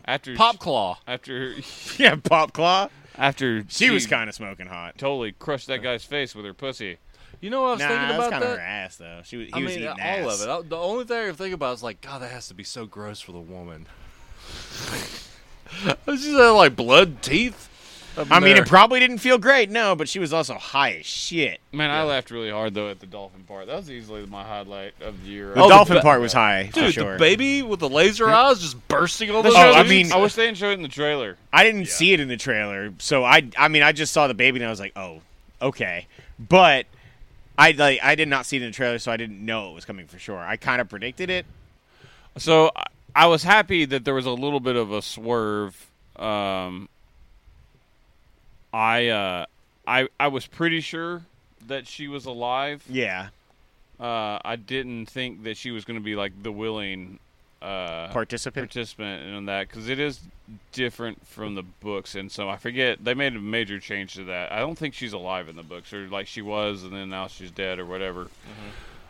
A: After
B: Pop Claw.
A: after
C: [laughs]
A: [laughs]
C: yeah, Pop Claw.
A: after
C: She was kind of smoking hot.
A: totally crushed that guy's face with her pussy.
B: You know what I was
C: Nah,
B: thinking
C: that was
B: about
C: kind of her
B: that?
C: ass though. She was, he
B: I
C: was
B: mean, all
C: eating ass.
B: of it. I, the only thing I can think about is like, God, that has to be so gross for the woman. [laughs] Does she have like blood teeth? up in
C: I mean,
B: there?
C: it probably didn't feel great, no, but she was also high as shit.
A: Man, I laughed really hard though at the dolphin part. That was easily my highlight of the year.
C: The
B: Oh, the
C: dolphin
B: ba-
C: part was high for
B: dude,
C: sure.
B: the baby with the laser eyes just bursting all the.
C: oh, I mean-
A: I wish they didn't show it in the trailer.
C: I didn't see it in the trailer, so I I mean, I just saw the baby and I was like, oh, okay, but. I like I did not see it in the trailer, so I didn't know it was coming for sure. I kind of predicted it,
A: So I- I was happy that there was a little bit of a swerve. Um, I uh, I I was pretty sure that she was alive.
C: yeah,
A: Uh, I didn't think that she was going to be like the willing uh,
C: participant.
A: participant in that because it is different from the books, and so I forget they made a major change to that. I don't think she's alive in the books, or like she was, and then now she's dead, or whatever.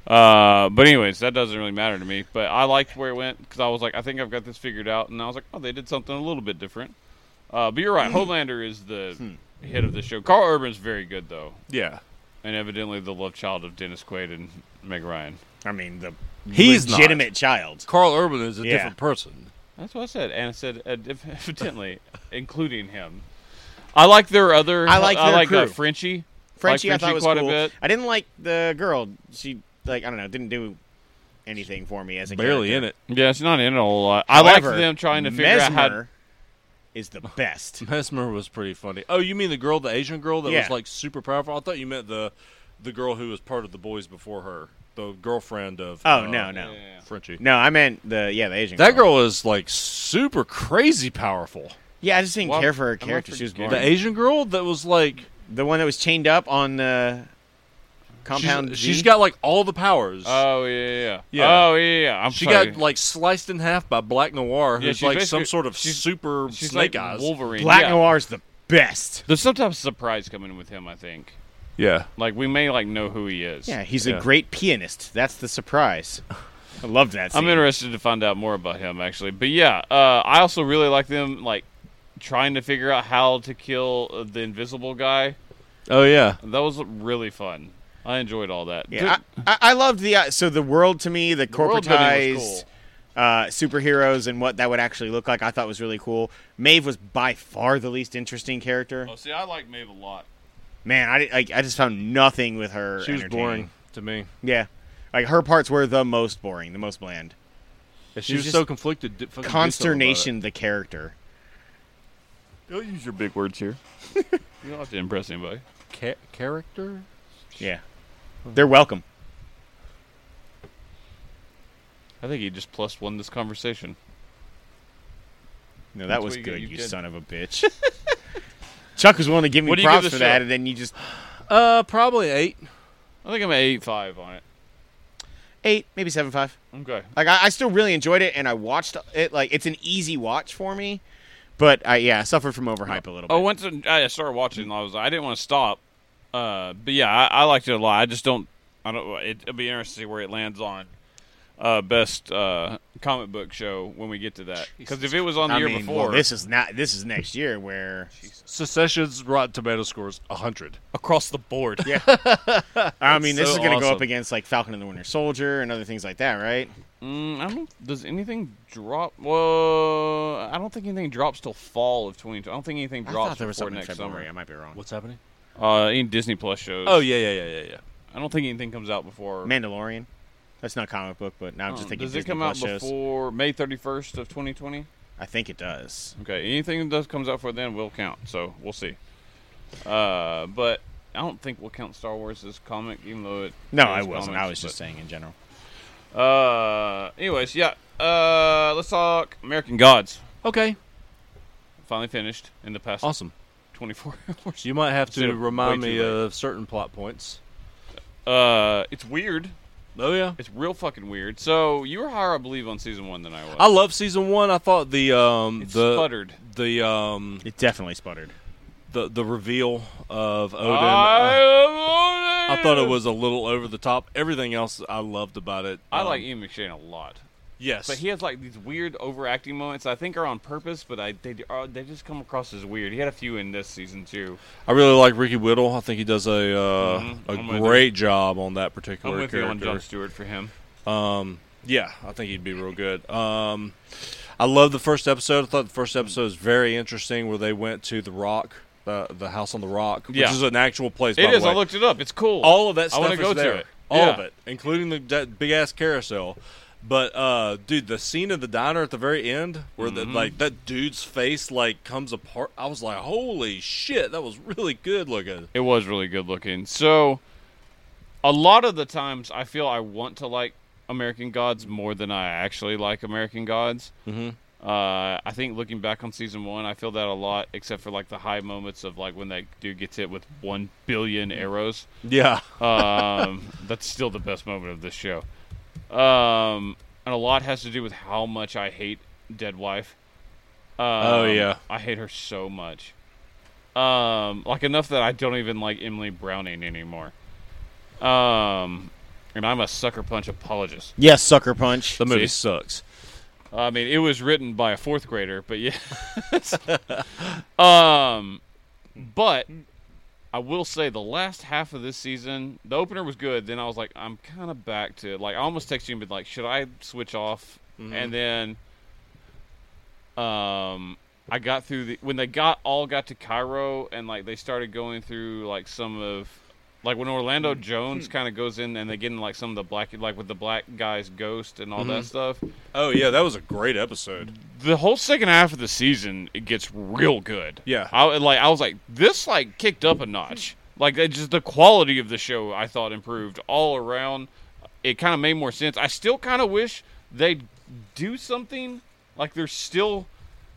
A: Uh, but anyways, that doesn't really matter to me. But I liked where it went because I was like, I think I've got this figured out, and I was like, oh, they did something a little bit different. Uh, but you're right, Homelander is the hit of the show. Carl Urban's very good though,
B: yeah,
A: and evidently the love child of Dennis Quaid and Meg Ryan.
C: I mean, the
B: He's not.
C: legitimate child.
B: Carl Urban is a
C: Yeah.
B: different person.
A: That's what I said, and I said uh, def- [laughs] evidently, including him. I like their other.
C: I like
A: I
C: their
A: like uh,
C: crew.
A: Frenchie.
C: Frenchie,
A: like
C: I thought was
A: quite
C: cool.
A: a bit.
C: I didn't like the girl. She like I don't know, didn't do anything for me as a
B: Barely in it.
A: Yeah, she's not in it a whole lot. I like
C: However,
A: them trying to figure
C: Mesmer
A: out how.
C: is the best.
B: Mesmer was pretty funny. Oh, you mean the girl, the Asian girl that
C: Yeah.
B: was like super powerful? I thought you meant the the girl who was part of the boys before her. The the girlfriend of.
C: Oh,
B: uh,
C: no, no.
B: Frenchie.
C: No, I meant the yeah the Asian.
B: That girl is like super crazy powerful.
C: Yeah, I just didn't
A: Well,
C: care for her
A: not
C: character. She was
A: forgetting-
C: boring.
B: The Asian girl that was like
C: The one that was chained up on the compound.
B: she's-
C: G?
B: she's got like all the powers.
A: Oh yeah, yeah,
B: Yeah.
A: Oh yeah, yeah. I'm
B: she
A: sorry.
B: got like sliced in half by Black Noir,
A: Yeah,
B: who's
A: she's
B: like some
A: basically-
B: sort of
A: she's-
B: super
A: she's
B: snake
A: like
B: eyes.
A: Wolverine.
C: Black
A: yeah.
C: Noir's the best.
A: There's sometimes surprise coming with him. I think.
B: Yeah,
A: Like we may like know who he is.
C: Yeah, he's
B: Yeah.
C: a great pianist. That's the surprise. I loved that. Scene.
A: I'm interested to find out more about him actually. But yeah, uh, I also really like them like trying to figure out how to kill uh, the invisible guy.
B: Oh yeah.
A: That was really fun. I enjoyed all that.
C: Yeah, I, I, I loved the uh, so the world to me, the
A: world building
C: corporatized
A: was cool.
C: uh, superheroes and what that would actually look like. I thought was really cool. Maeve was by far the least interesting character.
A: Oh, see, I like Maeve a lot.
C: Man, I, di- like, I just found nothing with her.
B: She was
C: entertaining.
B: boring to me.
C: Yeah, like her parts were the most boring, the most bland.
B: Yeah,
C: She's
B: she was
C: just
B: so conflicted. did- fucking do something about it.
C: Consternation, the character.
E: Don't use your big words here.
A: [laughs] You don't have to impress anybody.
B: Ca- character.
C: Yeah, they're welcome.
A: I think he just plus one this conversation.
C: No,
A: That's
C: that was
A: what you get,
C: good,
A: you
C: you,
A: did.
C: son
A: [laughs]
C: of a bitch. Chuck was willing to give me
A: What do you
C: props
A: give
C: for
A: this
C: that,
A: show?
C: and then you just
B: Uh, probably eight.
A: I think I'm at eight five on it.
C: eight, maybe seven five.
A: Okay.
C: Like I, I still really enjoyed it, and I watched it. Like it's an easy watch for me, but I yeah I suffered from overhype a little. bit.
A: Oh, once I started watching, I was I didn't want to stop. Uh, but yeah, I, I liked it a lot. I just don't. I don't. It, it'll be interesting to see where it lands on uh, best uh, comic book show when we get to that. Because if it was on the
C: I
A: year
C: mean,
A: before,
C: well, this is not this is next year where.
B: Secession's Rotten Tomato scores hundred.
A: across the board, [laughs]
C: Yeah, I mean this
A: so
C: is going to go up
A: awesome.
C: against like Falcon and the Winter Soldier and other things like that, right?
A: mm, I don't. Does anything drop? Well, I don't think anything drops till fall of 2020. I don't think anything
C: I
A: drops
C: thought there was
A: before
C: something in
A: next
C: February. I
A: summer.
C: might be wrong.
B: What's happening?
A: Uh, any Disney Plus shows?
B: Oh yeah, yeah, yeah, yeah, yeah.
A: I don't think anything comes out before.
C: Mandalorian. That's not comic book, but now I'm just
A: Um,
C: thinking.
A: does it
C: Disney
A: come out
C: Plus shows.
A: before May 31st of 2020?
C: I think it does.
A: Okay, anything that comes out for then will count. So we'll see. Uh, but I don't think we'll count Star Wars as comic, even though it.
C: No,
A: it
C: I
A: is
C: wasn't.
A: comics,
C: I was just
A: but-
C: saying in general.
A: Uh, anyways, yeah. Uh, let's talk American Gods.
B: Okay,
A: Finally finished in the past
B: awesome.
A: 24 [laughs] hours.
B: You might have
A: Instead
B: to
A: of
B: remind
A: way
B: me
A: too late.
B: of certain plot points.
A: Uh, it's weird.
B: Oh yeah,
A: It's real fucking weird. So you were higher, I believe, on season one than I was.
B: I love season one. I thought the um
A: It
B: the
A: sputtered.
B: the um
C: It definitely sputtered.
B: the the reveal of Odin.
A: I,
B: I,
A: am
B: I thought it was a little over the top. Everything else I loved about it.
A: I
B: Um,
A: like Ian McShane a lot.
B: Yes,
A: But he has like these weird overacting moments. I think are on purpose, but I they are, they just come across as weird. He had a few in this season too.
B: I really like Ricky Whittle. I think he does a uh,
A: Mhm. I'm
B: a
A: with
B: great job on that
A: I'm
B: particular
A: with you on
B: character.
A: John Stewart for him.
B: Um, yeah, I think he'd be real good. Um, I love the first episode. I thought the first episode was very interesting, where they went to the Rock, the the house on the Rock, which
A: Yeah.
B: is an actual place.
A: It
B: by the
A: is. I
B: way.
A: looked it up. It's cool.
B: all of that
A: I
B: stuff
A: wanna
B: is
A: go to
B: there.
A: it.
B: All of
A: Yeah.
B: it, including the that big ass carousel. But uh, dude, the scene of the diner at the very end, where
A: Mm-hmm.
B: the, like that dude's face like comes apart. I was like, holy shit, that was really good looking.
A: It was really good looking. So, a lot of the times I feel I want to like American Gods more than I actually like American Gods.
B: Mhm.
A: Uh, I think looking back on season one, I feel that a lot, except for like the high moments of like when that dude gets hit with one billion arrows.
B: Yeah,
A: um, [laughs] that's still the best moment of this show. Um, and a lot has to do with how much I hate Dead Wife. Um, oh
B: yeah.
A: I hate her so much. Um, like enough that I don't even like Emily Browning anymore. Um, and I'm a sucker punch apologist.
C: Yes, sucker punch.
B: the movie
A: See?
B: sucks.
A: I mean, it was written by a fourth grader, but yeah. [laughs] um, but I will say the last half of this season, the opener was good. Then I was like, I'm kind of back to like I almost texted you and been like, should I switch off? And then, um, I got through the when they got all got to Cairo and like they started going through like some of. Like when Orlando Jones kind of goes in and they get in like some of the black, like with the black guy's ghost and all that stuff,
B: Oh yeah, that was a great episode.
A: the whole second half of the season it gets real good.
B: Yeah.
A: I like I was like this like kicked up a notch. Like it just the quality of the show I thought improved all around. it kind of made more sense. I still kind of wish they'd do something like there's still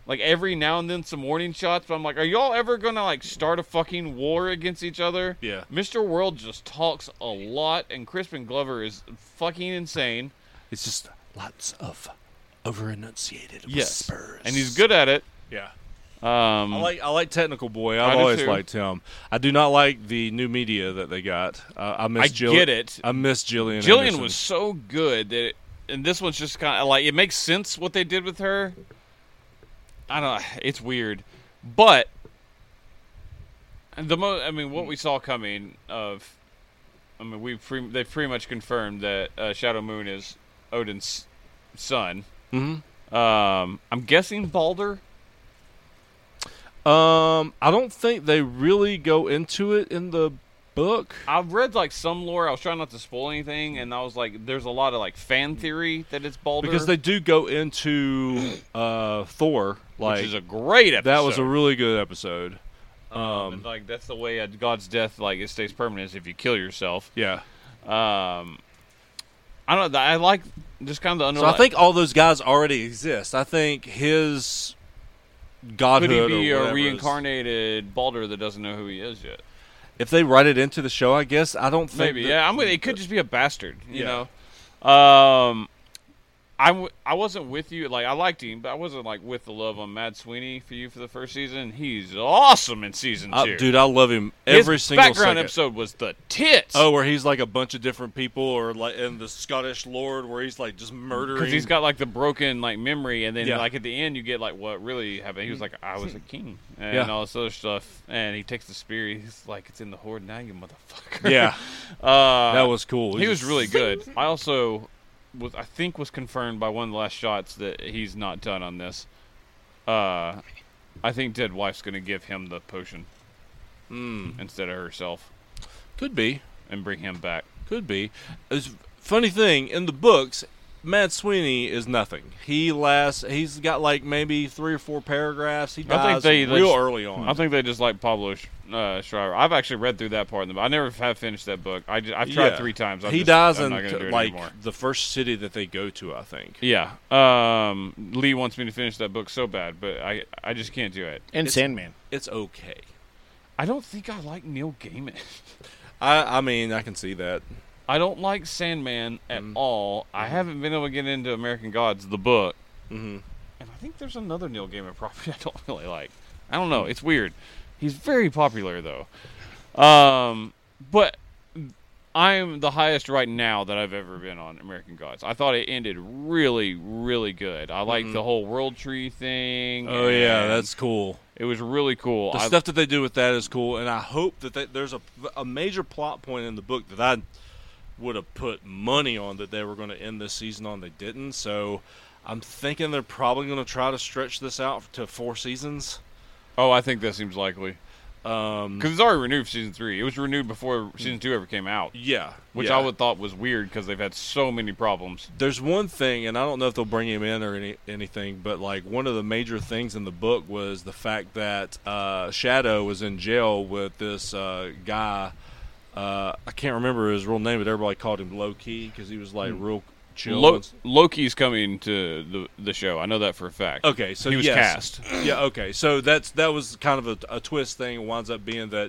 A: like every now and then some warning shots, but I'm like, are y'all ever gonna like start a fucking war against each other?
B: Yeah.
A: Mr. World just talks a lot, and Crispin Glover is fucking insane.
B: It's just lots of over enunciated
A: Yes.
B: whispers.
A: and he's good at it.
B: Yeah.
A: Um,
B: I like I like Technical Boy. I've
A: do
B: always
A: too.
B: liked him. I do not like the new media that they got. Uh, I miss
A: I
B: Jill-
A: get it.
B: I miss Jillian.
A: Jillian
B: Anderson.
A: was so good that, it, and this one's just kind of like it makes sense what they did with her. I don't. know. It's weird, but and the most. I mean, what we saw coming of, I mean, we pre- they pretty much confirmed that uh, Shadow Moon is Odin's son. Mm-hmm. Um, I'm guessing Balder.
B: Um, I don't think they really go into it in the book.
A: I've read like some lore. I was trying not to spoil anything, and I was like, "There's a lot of like fan theory that it's Balder."
B: Because they do go into uh, Thor, like
A: which is a great episode.
B: that was a really good episode.
A: Um, and, like that's the way at God's death, like it stays permanent, is if you kill yourself.
B: Yeah.
A: Um, I don't. know. I like just kind of the
B: So
A: underlying.
B: I think all those guys already exist. I think his
A: could
B: godhood
A: he be
B: or whatever
A: a
B: is-
A: reincarnated Balder that doesn't know who he is yet?
B: if they write it into the show, I guess I don't think
A: Maybe.
B: that-
A: yeah, I'm. with- It could just be a bastard. You
B: Yeah.
A: know. Um, I w- I wasn't with you. Like I liked him, but I wasn't like with the love on Mad Sweeney for you for the first season. He's awesome in season two.
B: I- Uh, dude, I love him
A: His
B: every single
A: background
B: second.
A: episode was the tits.
B: Oh, where he's like a bunch of different people, or like in the Scottish Lord, where he's like just murdering.
A: because he's got like the broken like memory, and then
B: Yeah.
A: like at the end you get like what really happened. He was like, I was a king, and
B: Yeah.
A: all this other stuff, and he takes the spear. He's like, it's in the horde now, you motherfucker. [laughs]
B: [laughs] yeah,
A: uh,
B: that was cool.
A: he was really good. I also was I think was confirmed by one of the last shots that he's not done on this. Uh, I think Dead Wife's gonna give him the potion instead of herself
B: Hmm. could be,
A: and bring him back.
B: could be. It's, funny thing in the books, Matt Sweeney is nothing. He lasts. He's got like maybe three or four paragraphs. He
A: I think
B: dies
A: they- they
B: real
A: just-
B: early on.
A: I think they just like Pablo Sh- uh, Schreiber. I've actually read through that part in the book. I never have finished that book. I have tried
B: Yeah.
A: three times. I'm
B: he
A: just-
B: dies
A: I'm
B: in
A: not gonna do it
B: like
A: anymore.
B: the first city that they go to. I think.
A: Yeah. Um, Lee wants me to finish that book so bad, but I I just can't do it.
C: And Sandman.
B: It's okay.
A: I don't think I like Neil Gaiman. [laughs]
B: I I mean I can see that.
A: I don't like Sandman at
B: Mm-hmm.
A: all. I haven't been able to get into American Gods, the book.
B: Mm-hmm.
A: And I think there's another Neil Gaiman [laughs] property I don't really like. I don't know. It's weird. He's very popular though. Um, but I'm the highest right now that I've ever been on American Gods. I thought it ended really, really good. I like the whole world tree thing.
B: Mm-hmm. Oh yeah,
A: and
B: that's cool.
A: it was really cool.
B: The
A: I,
B: stuff that they do with that is cool, and I hope that they, there's a, a major plot point in the book that I would have put money on that they were going to end this season on. They didn't, so I'm thinking they're probably going to try to stretch this out to four seasons.
A: oh, I think that seems likely
B: Um, Mm.
A: because it's already renewed for season three. It was renewed before season two ever came out.
B: yeah,
A: which
B: yeah.
A: I would thought was weird because they've had so many problems.
B: There's one thing, and I don't know if they'll bring him in or any, anything, but like one of the major things in the book was the fact that uh, Shadow was in jail with this uh, guy. Uh, I can't remember his real name, but everybody called him Low Key because he was like real chill.
A: Hmm. Lo- Loki's coming to the the show. I know that for a fact.
B: okay, so
A: he was
B: yes.
A: cast.
B: yeah, okay, so that's that was kind of a, a twist thing. It winds up being that,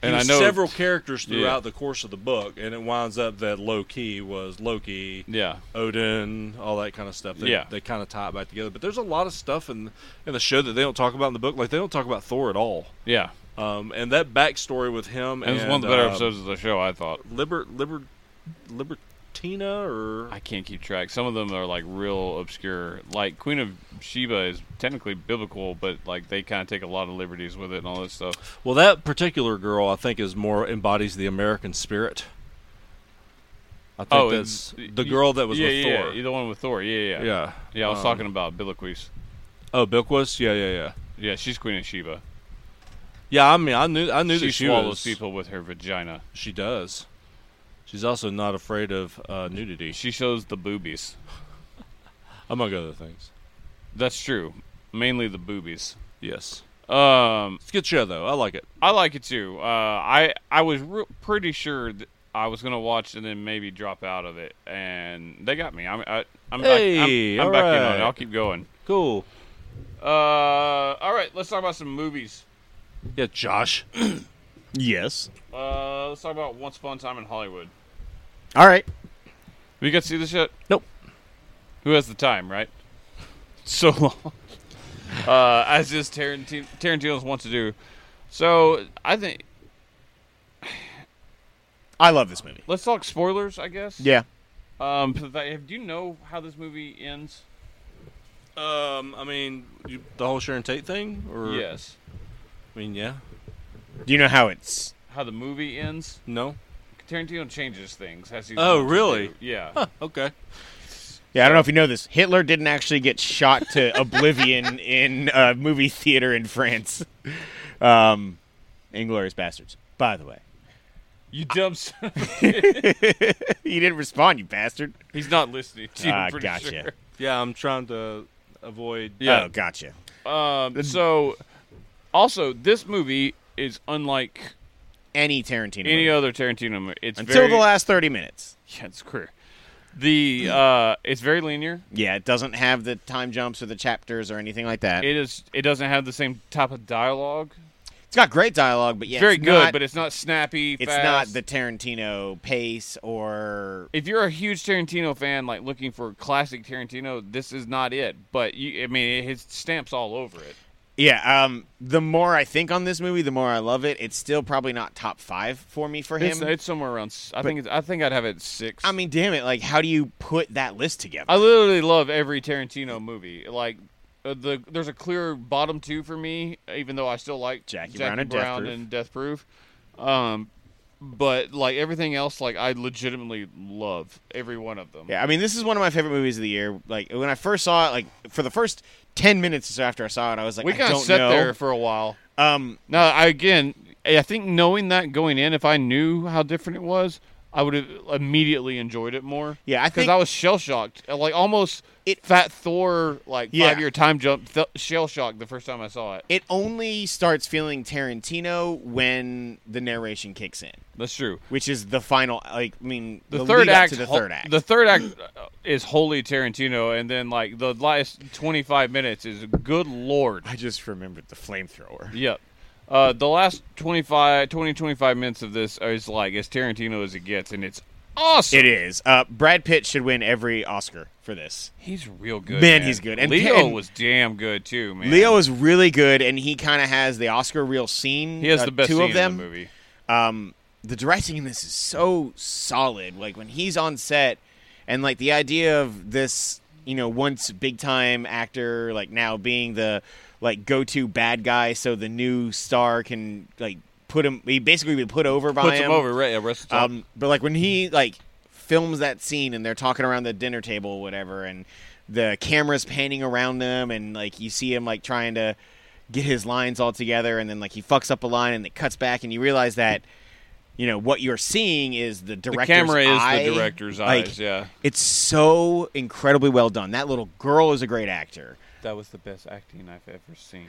A: And
B: and
A: I
B: I
A: know-
B: several characters
A: Yeah.
B: throughout the course of the book, and it winds up that Low Key was Loki.
A: Yeah,
B: Odin, all that kind of stuff. They,
A: Yeah.
B: they kind of tie it back together. But there's a lot of stuff in in the show that they don't talk about in the book. Like they don't talk about Thor at all.
A: yeah.
B: Um, and that backstory with him
A: And
B: and
A: it was one of the better
B: um,
A: episodes of the show. I thought
B: Liber, Liber, Libertina or
A: I can't keep track. Some of them are like real obscure. Like Queen of Sheba is technically biblical, but like they kind of take a lot of liberties with it and all this stuff.
B: well, that particular girl I think is more embodies the American spirit. I think
A: Oh, and
B: that's
A: y-
B: the girl that was
A: yeah,
B: with
A: yeah,
B: Thor.
A: Yeah, the one with Thor. Yeah, yeah, yeah.
B: Yeah.
A: Yeah, I was
B: Um,
A: talking about Biliquis.
B: Oh, Bilquis. Yeah, yeah, yeah.
A: Yeah, she's Queen of Sheba.
B: Yeah, I mean, I knew, I knew
A: She
B: that she
A: swallows
B: was.
A: people with her vagina.
B: She does. She's also not afraid of uh, nudity,
A: She shows the boobies.
B: among other things.
A: That's true. Mainly the boobies.
B: Yes.
A: Um,
B: It's a good show though. I like it.
A: I like it too. Uh, I I was re- pretty sure th- I was gonna watch and then maybe drop out of it, and they got me. I'm I, I'm
B: Hey,
A: back. I'm, I'm
B: all
A: back in on
B: right.
A: it. I'll keep going.
B: Cool.
A: Uh, all right, let's talk about some movies.
B: Yeah, Josh.
C: Yes.
A: Uh, let's talk about Once Upon a Time in Hollywood.
C: All right.
A: You got to see this yet?
B: Nope.
A: Who has the time, right? [laughs] So long. uh, as is Tarantino, Tarantino's wants to do. So I think
C: I love this movie.
A: let's talk spoilers. I guess.
C: Yeah.
A: Um, but that- do you know how this movie ends?
B: Um, I mean, you, the whole Sharon Tate thing,
C: Er.
B: or
A: Yes.
B: I mean, yeah,
C: Do you know how it's?
A: How the movie ends?
B: no. [laughs]
A: Tarantino changes things as he's.
B: Oh,
A: wont to
B: really?
A: do. Yeah.
B: Okay.
C: Yeah, I don't know if you know this. Hitler didn't actually get shot
A: [laughs]
C: to oblivion in a movie theater in France. Um, Inglorious Bastards. By the way, [laughs]
A: You dumb. Son.
C: you didn't respond, you bastard.
A: [laughs] he's not listening to you.
C: Ah,
A: I'm pretty
C: gotcha.
A: sure.
B: Yeah, I'm trying to avoid.
A: Yeah.
C: Oh, gotcha.
A: Um, so, also, this movie is unlike
C: Any Tarantino.
A: any
C: movie.
A: other Tarantino movie. It's
C: until
A: very,
C: the last thirty minutes.
A: Yeah, it's career. The uh, it's very linear.
C: Yeah, it doesn't have the time jumps or the chapters or anything like that.
A: It is. It doesn't have the same type of dialogue.
C: It's got great dialogue, but yeah,
A: It's very
C: it's
A: good,
C: not-
A: but it's not snappy.
C: it's
A: fast.
C: not the Tarantino pace or
A: if you're a huge Tarantino fan, like looking for classic Tarantino, this is not it. But you, I mean, his stamps all over it.
C: yeah. Um, the more I think on this movie, the more I love it. It's still probably not top five for me for him.
A: It's, it's somewhere around. s- I think. It's, I think I'd have it six.
C: I mean, damn it! Like, how do you put that list together?
A: I literally love every Tarantino movie. Like uh, the there's a clear bottom two for me, even though I still like
C: Jackie Brown and Death Proof.
A: and Death Proof. Um, but like everything else, like I legitimately love every one of them.
C: yeah, I mean, this is one of my favorite movies of the year. Like when I first saw it, like for the first ten minutes or so after I saw it, I was like,
A: we
C: I
A: kind of
C: don't
A: sat
C: know.
A: there for a while.
C: Um,
A: Now, I, again, I think knowing that going in, if I knew how different it was, I would have immediately enjoyed it more.
C: Yeah, I
A: because
C: think-
A: I was shell shocked, Uh, like almost
C: It-
A: Fat Thor, like
C: Yeah.
A: five year time jump, th- shell shocked the first time I saw it.
C: it only starts feeling Tarantino when the narration kicks in,
A: That's true.
C: which is the final. Like, I mean,
A: The,
C: the,
A: third
C: lead up
A: act,
C: to the
A: hol-
C: third act.
A: the third act uh, is wholly Tarantino, and then like the last twenty five minutes is good lord.
C: I just remembered the flamethrower.
A: Yep. Uh, the last 25, 20, 25 minutes of this is like as Tarantino as it gets, and it's awesome.
C: [laughs] It is. Uh, Brad Pitt should win every Oscar for this.
A: He's real good.
C: Man, he's good. And-
A: Leo
C: and-
A: was damn good too, man.
C: Leo is really good, and he kind of has the Oscar reel scene.
A: he has
C: uh,
A: the best
C: two
A: scene
C: of them.
A: in the movie.
C: um, the directing in this is so solid. Like when he's on set, and like the idea of this, you know, once big time actor, like now being the like go to bad guy, so the new star can like put him. He basically been put over by
A: Puts
C: him.
A: him over, uh, right? Yeah, rest of the time.
C: Um, but like when he like films that scene and they're talking around the dinner table, or whatever, and the camera's panning around them, and like you see him like trying to get his lines all together, and then like he fucks up a line, and it cuts back, and you realize that you know what you're seeing is the
A: the
C: director's
A: camera is
C: eye.
A: the director's
C: Like,
A: eyes. Yeah,
C: It's so incredibly well done. That little girl is a great actor.
A: that was the best acting I've ever seen.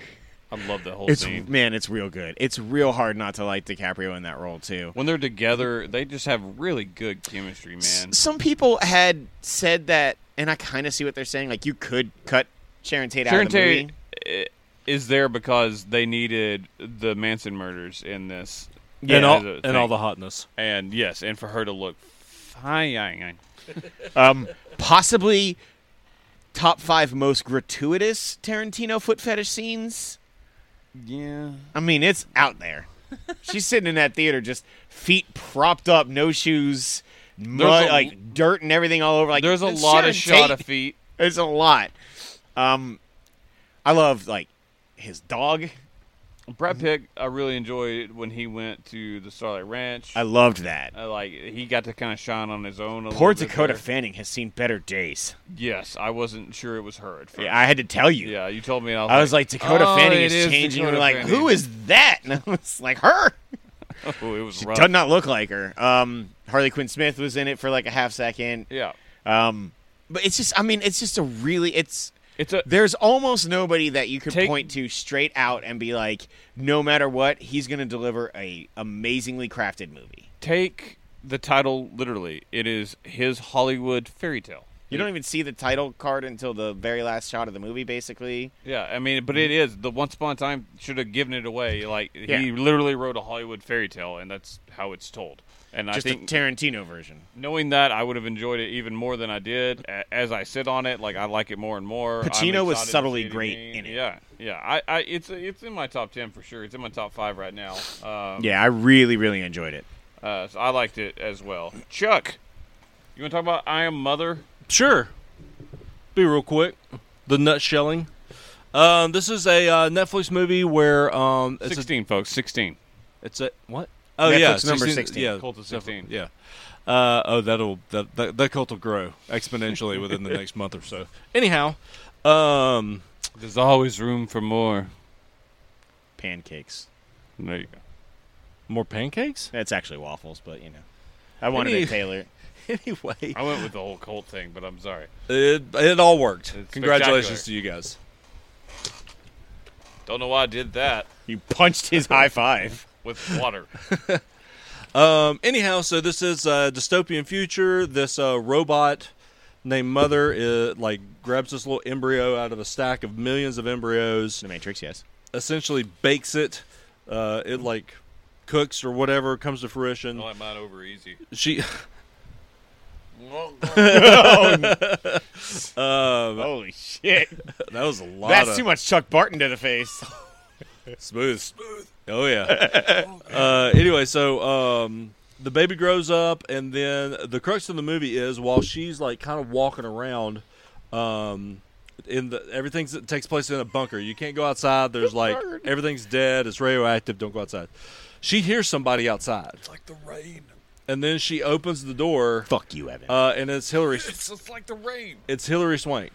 A: I love that whole
C: It's
A: scene.
C: man, it's real good. It's real hard not to like DiCaprio in that role too.
A: When they're together, they just have really good chemistry, man.
C: S- some people had said that, and I kind of see what they're saying. Like you could cut Sharon Tate out
A: Sharon
C: of the
A: Tate eh,
C: movie.
A: is there because they needed the Manson murders in this,
B: and all
A: as a
B: and all
A: thing.
B: the hotness.
A: and yes, and for her to look fine.
C: Um, possibly top five most gratuitous Tarantino foot fetish scenes.
A: Yeah.
C: I mean, it's
A: [laughs]
C: out there. She's sitting in that theater, just feet propped up, no shoes, mud,
A: a-
C: like dirt and everything all over. Like
A: There's a
C: it's
A: lot of
C: Sharon
A: shot
C: Tate.
A: of feet.
C: It's a lot. Um, I love like his dog. Mm-hmm.
A: Brad Pitt, I really enjoyed when he went to the Starlight Ranch.
C: I loved that.
A: Uh, like he got to kind of shine on his own. A
C: Poor
A: little bit
C: Dakota
A: there.
C: Fanning has seen better days.
A: Yes, I wasn't sure it was her at first.
C: Yeah, I had to tell you.
A: Yeah, you told me. and I was,
C: I was like, Dakota
A: oh,
C: Fanning
A: it
C: is,
A: is
C: changing.
A: Dakota
C: We're like,
A: Fanning.
C: who is that? [laughs] And I was like, her.
A: oh, it was
C: She
A: rough.
C: does not look like her. Um, Harley Quinn Smith was in it for like a half second.
A: yeah,
C: Um, but it's just, I mean, it's just a really, it's.
A: it's a
C: There's almost nobody that you could
A: Take-
C: point to straight out and be like, no matter what, he's going to deliver a amazingly crafted movie.
A: take
D: the title literally. It is his Hollywood fairy tale.
C: You don't even see the title card until the very last shot of the movie, basically.
D: Yeah, I mean, but it is the Once Upon a Time should have given it away. Like he
C: Mm-hmm. Yeah.
D: literally wrote a Hollywood fairy tale, and that's how it's told. And
C: Just
D: I think
C: a Tarantino version.
D: knowing that, I would have enjoyed it even more than I did. A- As I sit on it, like I like it more and more. I'm
C: Pacino was
D: excited to
C: subtly
D: see it
C: great
D: again.
C: in it.
D: Yeah, yeah. I, I, it's, it's in my top ten for sure. It's in my top five right now. Um,
C: Yeah, I really, really enjoyed it.
D: uh, so I liked it as well. Chuck, you want to talk about I Am Mother?
B: Sure. Be real quick. The nutshelling. Um, this is a uh, Netflix movie where um, it's
D: Sixteen, folks. Sixteen.
B: a it's a what? Oh
C: Netflix
B: yeah,
C: number 16.
B: Yeah,
D: Cult of
B: definitely,
D: 16.
B: Yeah. Uh, oh, that'll that, that that cult will grow exponentially within the next month or so. Anyhow, um,
D: There's always room for more.
C: Pancakes.
D: There you go.
C: [laughs]
B: more pancakes.
C: That's actually waffles, but you know, I wanted to
B: Any-
C: tailor it.
B: Anyway,
D: I went with the whole cult thing, but I'm sorry.
B: it it all worked.
D: It's
B: Congratulations
D: spectacular.
B: to you guys.
D: Don't know why I did that
C: You punched [laughs] his high five.
D: with [laughs] water.
B: Um, anyhow, so this is a dystopian future. This uh, robot named Mother uh like grabs this little embryo out of a stack of millions of embryos,
C: The Matrix, yes.
B: essentially bakes it. Uh, it like cooks or whatever comes to fruition.
A: Oh,
D: I like mine over easy.
B: She, [laughs]
C: Holy [laughs] shit.
B: that was a lot.
C: That's
B: of,
C: too much Chuck Barton to the face.
B: Smooth. Smooth. Oh yeah. uh, anyway, so um, the baby grows up, and then the crux of the movie is while she's like kind of walking around, um, in the everything that takes place in a bunker. You can't go outside. There's like everything's dead. It's radioactive. Don't go outside. She hears somebody outside. It's like the
D: [laughs]
B: rain. And then she opens the door,
C: [laughs] Fuck you, Evan.
B: uh, and it's Hillary.
A: It's just like the rain.
B: It's Hillary Swank.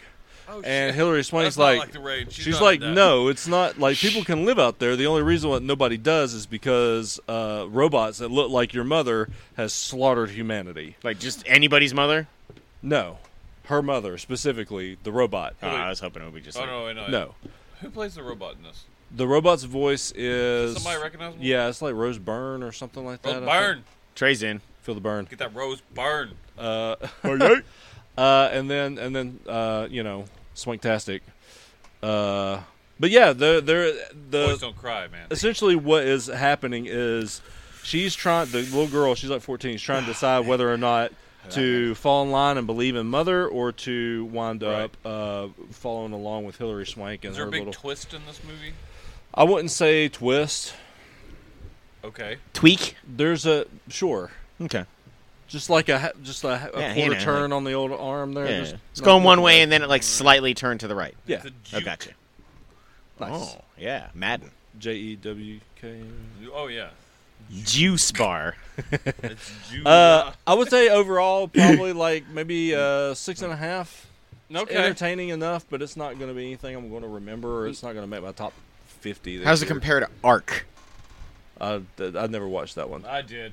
A: Oh,
B: And Hillary Swank's
A: That's not
B: like,
A: like the rain. She's
B: She's,
A: not
B: like,
A: that.
B: no, it's not like people can live out there. The only reason why nobody does is because uh, robots that look like your mother has slaughtered humanity.
C: like just anybody's mother?
B: No, her mother specifically, the robot.
C: Oh, I was hoping it would be just
A: Oh
C: like,
A: no, wait, no,
B: No,
A: Who plays the robot in this?
B: the robot's voice is
A: Somebody recognize him?
B: Yeah, it's like Rose Byrne or something like
A: Rose
B: that. I think.
A: Byrne.
C: Trey's [laughs] in.
B: feel the burn.
A: Get that Rose Byrne.
B: Uh,
C: Oh,
B: uh, and then and then uh, you know, swanktastic. Uh, but yeah, they're, they're the
A: Boys don't cry, man.
B: essentially what is happening is she's trying the little girl she's like 14 she's trying to decide whether or not
C: [laughs]
B: to fall in line and believe in mother or to wind up uh, following along with hillary swank and
A: Is there
B: her
A: a big
B: little
A: twist in this movie?
B: i wouldn't say twist
A: Okay.
C: Tweak?
B: there's a sure
C: Okay.
B: just like a ha- just a, ha- a
C: Yeah, you
B: quarter
C: know,
B: turn on the old arm there
C: Yeah.
B: just
C: It's
B: not
C: going one
B: looking
C: way
B: right.
C: and then it like slightly turned to the right.
B: yeah
A: The
C: I
A: Duke.
C: gotcha.
B: nice E
C: Oh, yeah. Madden.
B: j-e-w-k
A: Oh yeah.
C: Juice bar.
A: It's
B: [laughs]
A: Jude.
B: uh, i would say overall probably like maybe uh, six and a half
A: okay.
B: entertaining enough, but it's not going to be anything I'm going to remember, or it's not going to make my top 50. this
C: How's it
B: year.
C: compare to Arc?
B: Uh, th- I never watched that one.
A: I did.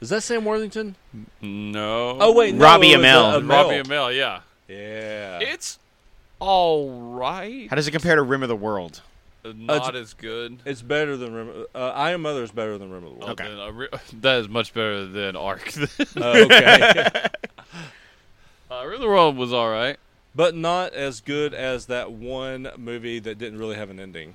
B: Is that Sam Worthington?
D: No.
B: Oh, wait. No,
C: Robbie
B: it was,
C: Amell.
B: uh,
A: Robbie Amell. Yeah.
B: Yeah.
A: It's all right.
C: How does it compare to Rim of the World?
A: Uh, Not as good.
B: Uh, it's better than Rem- uh, I Am Mother is better than Remember the World.
C: Okay.
A: Then I re- [laughs] that is much better than Ark. [laughs]
B: Uh,
C: [laughs]
B: okay.
A: uh, Real the World was all right.
B: but not as good as that one movie that didn't really have an ending.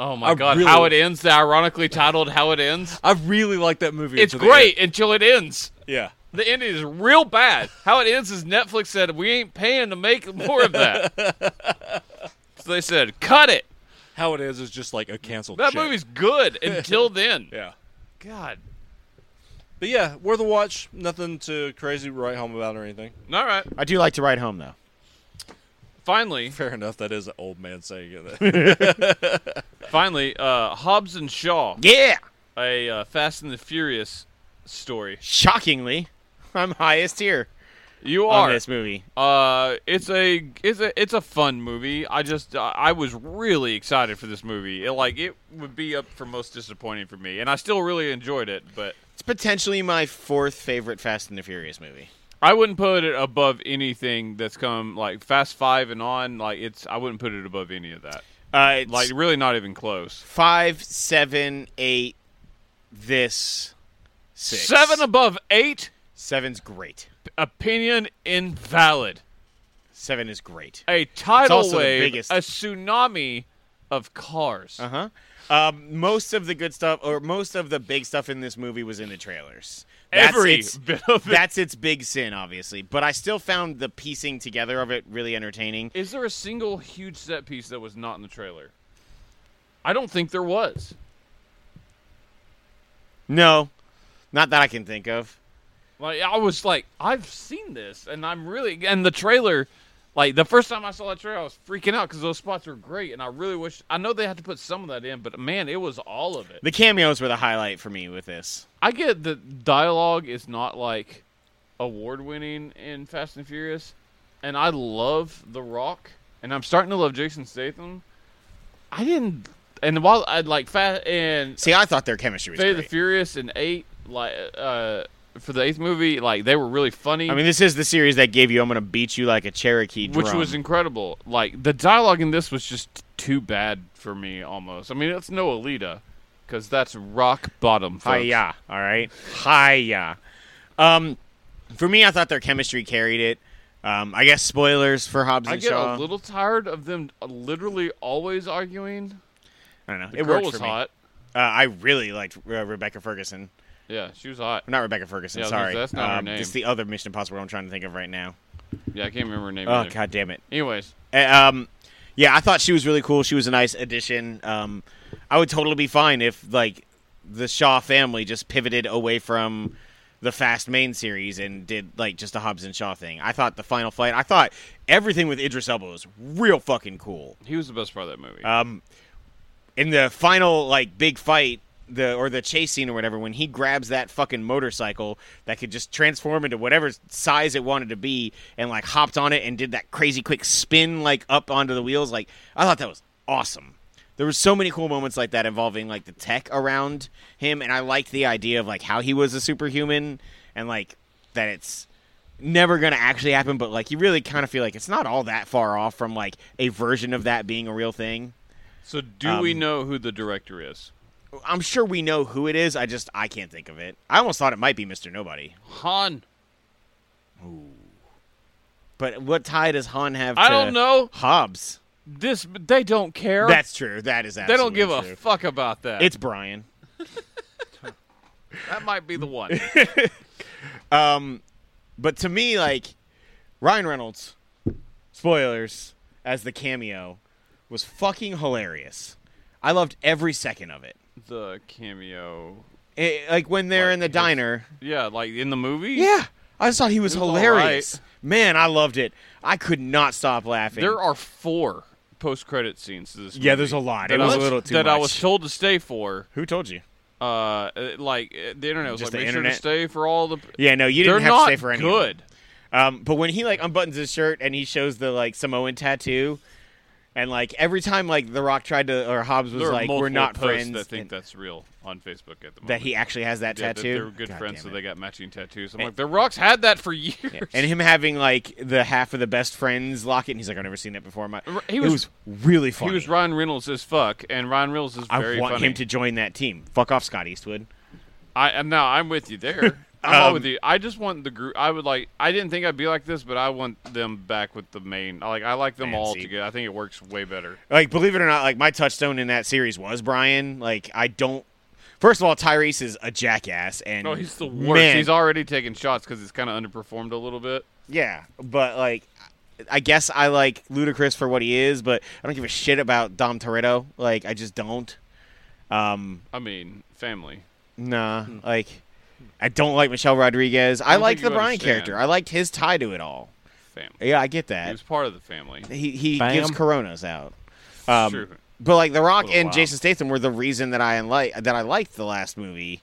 A: Oh my
B: I
A: god,
B: really-
A: how it ends! The ironically titled "How It Ends."
B: I really like that movie.
A: It's
B: until the end.
A: great until it ends.
B: Yeah.
A: The end is real bad. How it ends is Netflix said we ain't paying to make more of
B: [laughs]
A: that. so they said cut it.
B: How it is is just like a canceled
A: That
B: shit.
A: movie's good
B: [laughs]
A: until then.
B: Yeah.
A: God.
B: But yeah, worth a watch. Nothing to crazy write home about or anything.
A: All right.
C: I do like to ride home though.
A: Finally,
B: Fair enough. That is an old man saying it. [laughs]
A: finally, uh, Hobbs and Shaw,
C: Yeah.
A: a uh, Fast and the Furious story.
C: Shockingly, I'm highest here
B: Oh,
A: You
C: on
A: are.
C: this movie.
A: Uh, it's a it's a it's a fun movie. I just uh, I I was really excited for this movie. It, like it would be up for most disappointing for me, and I still really enjoyed it. But
C: It's potentially my fourth favorite Fast and the Furious movie.
A: I wouldn't put it above anything that's come like Fast Five and on. Like it's I wouldn't put it above any of that.
C: Uh, it's
A: Like really not even close.
C: five, seven, eight, this, Six.
A: Seven above eight,
C: Seven's great.
A: opinion invalid.
C: Seven is great.
A: A tidal
C: also the
A: wave,
C: biggest.
A: a tsunami of cars.
C: Uh huh. Um, most of the good stuff, or most of the big stuff in this movie, was in the trailers. That's
A: Every [laughs]
C: its-
A: bit of it.
C: [laughs] that's its big sin, obviously. But I still found the piecing together of it really entertaining.
A: Is there a single huge set piece that was not in the trailer? I don't think there was.
C: No, not that I can think of.
A: Like I was like, I've seen this, and I'm really and the trailer. Like the first time I saw that trailer, I was freaking out because those spots were great, and I really wish. I know they had to put some of that in, but man, it was all of it.
C: The cameos were the highlight for me with this.
A: I get that dialogue is not like award winning in Fast and Furious, and I love The Rock, and I'm starting to love Jason Statham. I didn't, and while I'd like Fast and
C: See, I thought their chemistry was
A: Fate of the
C: great.
A: Furious and eight, like uh, for the eighth movie, like they were really funny.
C: I mean, this is the series that gave you "I'm gonna beat you like a Cherokee," drum.
A: which was incredible. Like the dialogue in this was just too bad for me almost. I mean, it's no Alita because that's rock bottom. Folks.
C: Hiya. All right. Hiya. Um, for me, I thought their chemistry carried it. Um, I guess spoilers for Hobbs
A: I
C: and
A: get
C: Shaw.
A: a little tired of them literally always arguing.
C: I don't know.
A: The
C: it
A: girl
C: worked
A: was
C: for me.
A: hot.
C: Uh, I really liked uh, Rebecca Ferguson.
A: Yeah, she was hot.
C: Not Rebecca Ferguson.
A: Yeah, I was gonna
C: sorry,
A: say, that's not her
C: Um,
A: name.
C: It's the other Mission Impossible I'm trying to think of right now.
A: Yeah, I can't remember her name.
C: Oh
A: either.
C: god damn it.
A: Anyways,
C: Uh, um, yeah, I thought she was really cool. She was a nice addition. Um, I would totally be fine if like the Shaw family just pivoted away from the Fast main series and did like just a Hobbs and Shaw thing. I thought the final fight. I thought everything with Idris Elba was real fucking cool.
A: he was the best part of that movie.
C: Um, in the final like big fight. The, or the chase scene or whatever when he grabs that fucking motorcycle that could just transform into whatever size it wanted to be and like hopped on it and did that crazy quick spin like up onto the wheels like I thought that was awesome. There were so many cool moments like that involving like the tech around him and I liked the idea of like how he was a superhuman and like that it's never going to actually happen but like you really kind of feel like it's not all that far off from like a version of that being a real thing.
A: so, do
C: um,
A: we know who the director is?
C: I'm sure we know who it is. I just I can't think of it. I almost thought it might be Mr. Nobody.
A: Han.
C: But what tie does Han have?
A: I
C: to
A: don't know.
C: Hobbs.
A: This they don't care.
C: That's true. That is
A: they don't
C: absolutely
A: give a
C: true.
A: fuck about that.
C: It's Brian.
A: that might be the
C: [laughs]
A: one.
C: But to me, like Ryan Reynolds, spoilers as the cameo was fucking hilarious. I loved every second of it.
A: the cameo.
C: It- like when they're
A: Like
C: in the
A: his-
C: diner.
A: Yeah, like in the movie.
C: Yeah, I just thought he was
A: It was all
C: hilarious. Man, I loved it. I could not stop laughing.
A: There are four post-credit scenes to this.
C: yeah,
A: movie
C: there's a lot.
A: that
C: It was
A: I
C: a little too
A: that I
C: much.
A: was told to stay for.
C: Who told you?
A: Uh, uh, like uh, the internet was
C: Just
A: like,
C: the
A: make
C: internet?
A: sure to stay for all the.
C: Yeah, no, you didn't
A: They're
C: have
A: not
C: to stay for any. of them.
A: good.
C: Um, but when he like unbuttons his shirt and he shows the like Samoan tattoo, and like every time like The Rock tried to or Hobbs was
A: There are
C: like,
A: multiple
C: "We're not
A: posts
C: friends,"
A: That think
C: and-
A: that's real on Facebook at the moment.
C: that he actually has that
A: yeah, that
C: tattoo.
A: They were good
C: God
A: friends, so
C: damn
A: they
C: it. Eh.
A: got matching tattoos. I'm like, the Rock's had that for [laughs] years.
C: [laughs] And him having like the half of the best friends locket, and he's like, "I've never seen that before." My,
A: He
C: it
A: was-
C: was really
A: he
C: funny.
A: was Ryan Reynolds as fuck, and Ryan Reynolds is
C: I
A: very
C: want
A: funny.
C: him to join that team. Fuck off, Scott Eastwood.
A: I am now. I'm with you
C: [laughs]
A: there. I'm all
C: Um,
A: with you. I just want the group. I would like. I didn't think I'd be like this, but I want them back with the main. Like I like them all
C: Fancy.
A: together. I think it works way better.
C: Like, believe it or not, like my touchstone in that series was Brian. Like, I don't. First of all, Tyrese is a jackass, and
A: No, Oh, he's the worst.
C: Man,
A: He's already taking shots because it's kind of underperformed a little bit.
C: Yeah, but like, I guess I like Ludacris for what he is, but I don't give a shit about Dom Toretto. Like, I just don't. Um,
A: I mean, family.
C: nah, like, I don't like Michelle Rodriguez. I,
A: Hmm. don't
C: like
A: think
C: the
A: you
C: Brian
A: understand.
C: character. I liked his tie to it all.
A: Family.
C: Yeah, I get
A: He
C: that.
A: was part of the family.
C: He he
B: Bam.
C: gives Coronas out. Um,
A: True.
C: But like The Rock
A: Little
C: and
A: wow.
C: Jason Statham were the reason that I like that I liked the last movie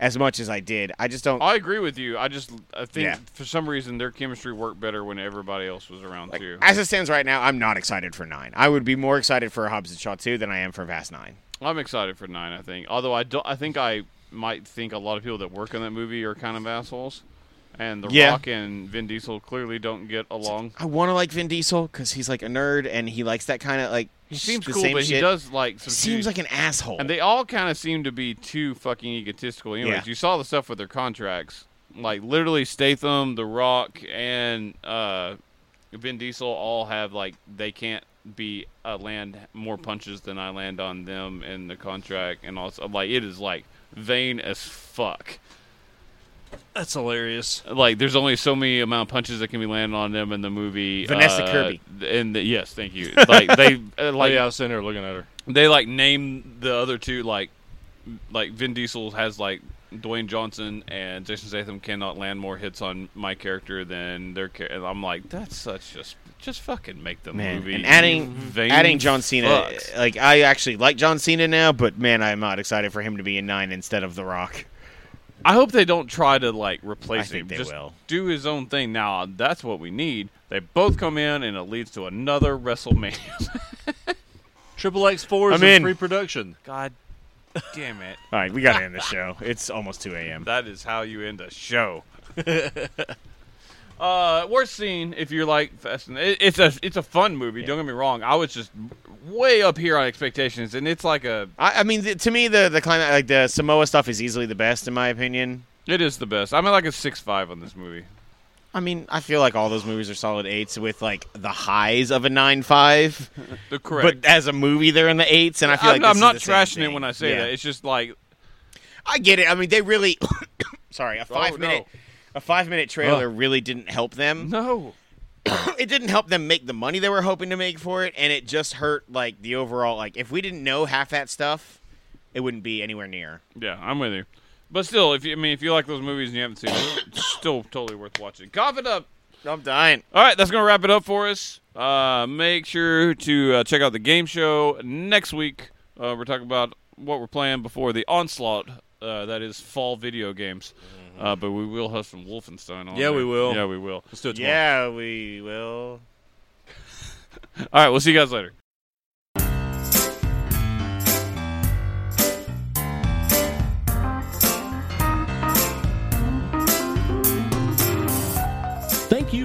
C: as much as I did. I just don't.
A: I agree with you. I just I think
C: Yeah.
A: for some reason their chemistry worked better when everybody else was around too.
C: As it stands right now, I'm not excited for nine. I would be more excited for Hobbs and Shaw two than I am for Fast Nine.
A: I'm excited for nine. I think, although I don't, I think I might think a lot of people that work on that movie are kind of assholes, and The
C: Yeah.
A: Rock and Vin Diesel clearly don't get along.
C: I want to like Vin Diesel because he's like a nerd and he likes that kind of like
A: He seems
C: the
A: cool,
C: same
A: but he
C: shit.
A: does like some
C: Seems
A: huge-
C: like an asshole.
A: And they all kind of seem to be too fucking egotistical. Anyways,
C: Yeah.
A: you saw the stuff with their contracts. Like literally, Statham, The Rock, and uh, Vin Diesel all have like they can't be uh, land more punches than I land on them in the contract, and also like it is like vain as fuck.
B: That's hilarious.
A: Like there's only so many amount of punches that can be landed on them in the movie.
C: Vanessa
A: uh,
C: Kirby.
A: And the, yes, thank you. Like
C: [laughs]
A: they uh,
B: Like,
A: like
B: oh, yeah, I was sitting there looking at her.
A: they like name the other two like like Vin Diesel has like Dwayne Johnson and Jason Statham cannot land more hits on my character than their character. And I'm like, that's such just just fucking make the
C: man,
A: movie.
C: and
A: you
C: adding
A: vain
C: adding John Cena,
A: fucks.
C: like I actually like John Cena now, but man, I'm not excited for him to be in nine instead of The Rock.
A: I hope they don't try to like replace
C: I think
A: him.
C: they
A: Just
C: will.
A: do his own thing. Now that's what we need. They both come in and it leads to another WrestleMania.
B: Triple X Four is
C: I'm
B: in,
C: in.
B: pre-production.
A: God damn it!
C: All right, we gotta end the show. It's almost two a.m.
A: That is how you end a show. [laughs] uh, worst scene if you're like Fast and it, it's a it's a fun movie. Don't get me wrong. I was just way up here on expectations, and it's like a
C: I, I mean, th- to me, the the climax, like the Samoa stuff, is easily the best in my opinion.
A: it is the best. I'm at like a six five on this movie.
C: I mean, I feel like all those movies are solid eights with like the highs of a nine five,
A: The correct.
C: but as a movie, they're in the eights, and I feel
A: I'm,
C: like
A: I'm
C: this
A: not
C: is the same
A: trashing it
C: thing.
A: when I say
C: Yeah.
A: that. It's just like
C: I get it. I mean, they really. [coughs] sorry, a five
A: no.
C: minute. A five minute trailer really didn't help them.
A: no.
C: It didn't help them make the money they were hoping to make for it, and it just hurt like the overall. Like, if we didn't know half that stuff, it wouldn't be anywhere near.
A: Yeah, I'm with you. But still, if you, I mean, if you like those movies and you haven't seen them, it's still totally worth watching. Cough it up.
C: I'm dying.
A: All right, that's going to wrap it up for us. Uh, make sure to uh, check out the game show next week. Uh, we're talking about what we're playing before the onslaught. Uh, that is fall video games. Uh, but we will have some Wolfenstein on.
B: Mm-hmm. Yeah,
A: there.
B: we will.
A: Yeah, we will.
B: Let's do it tomorrow.
C: Yeah, we will.
A: All right, we'll see you guys later.
F: Thank you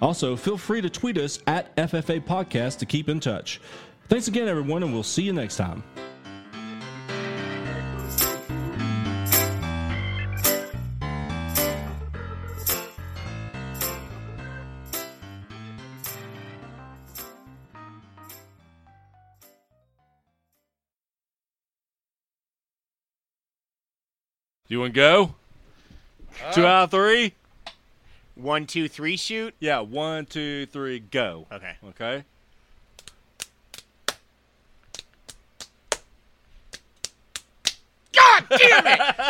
F: Also, feel free to tweet us at FFA Podcast to keep in touch. Thanks again, everyone, and we'll see you next time.
B: You want to go? Two out of three.
C: One, two, three, shoot.
B: Yeah, one, two, three, go.
C: Okay.
B: Okay.
C: God damn it!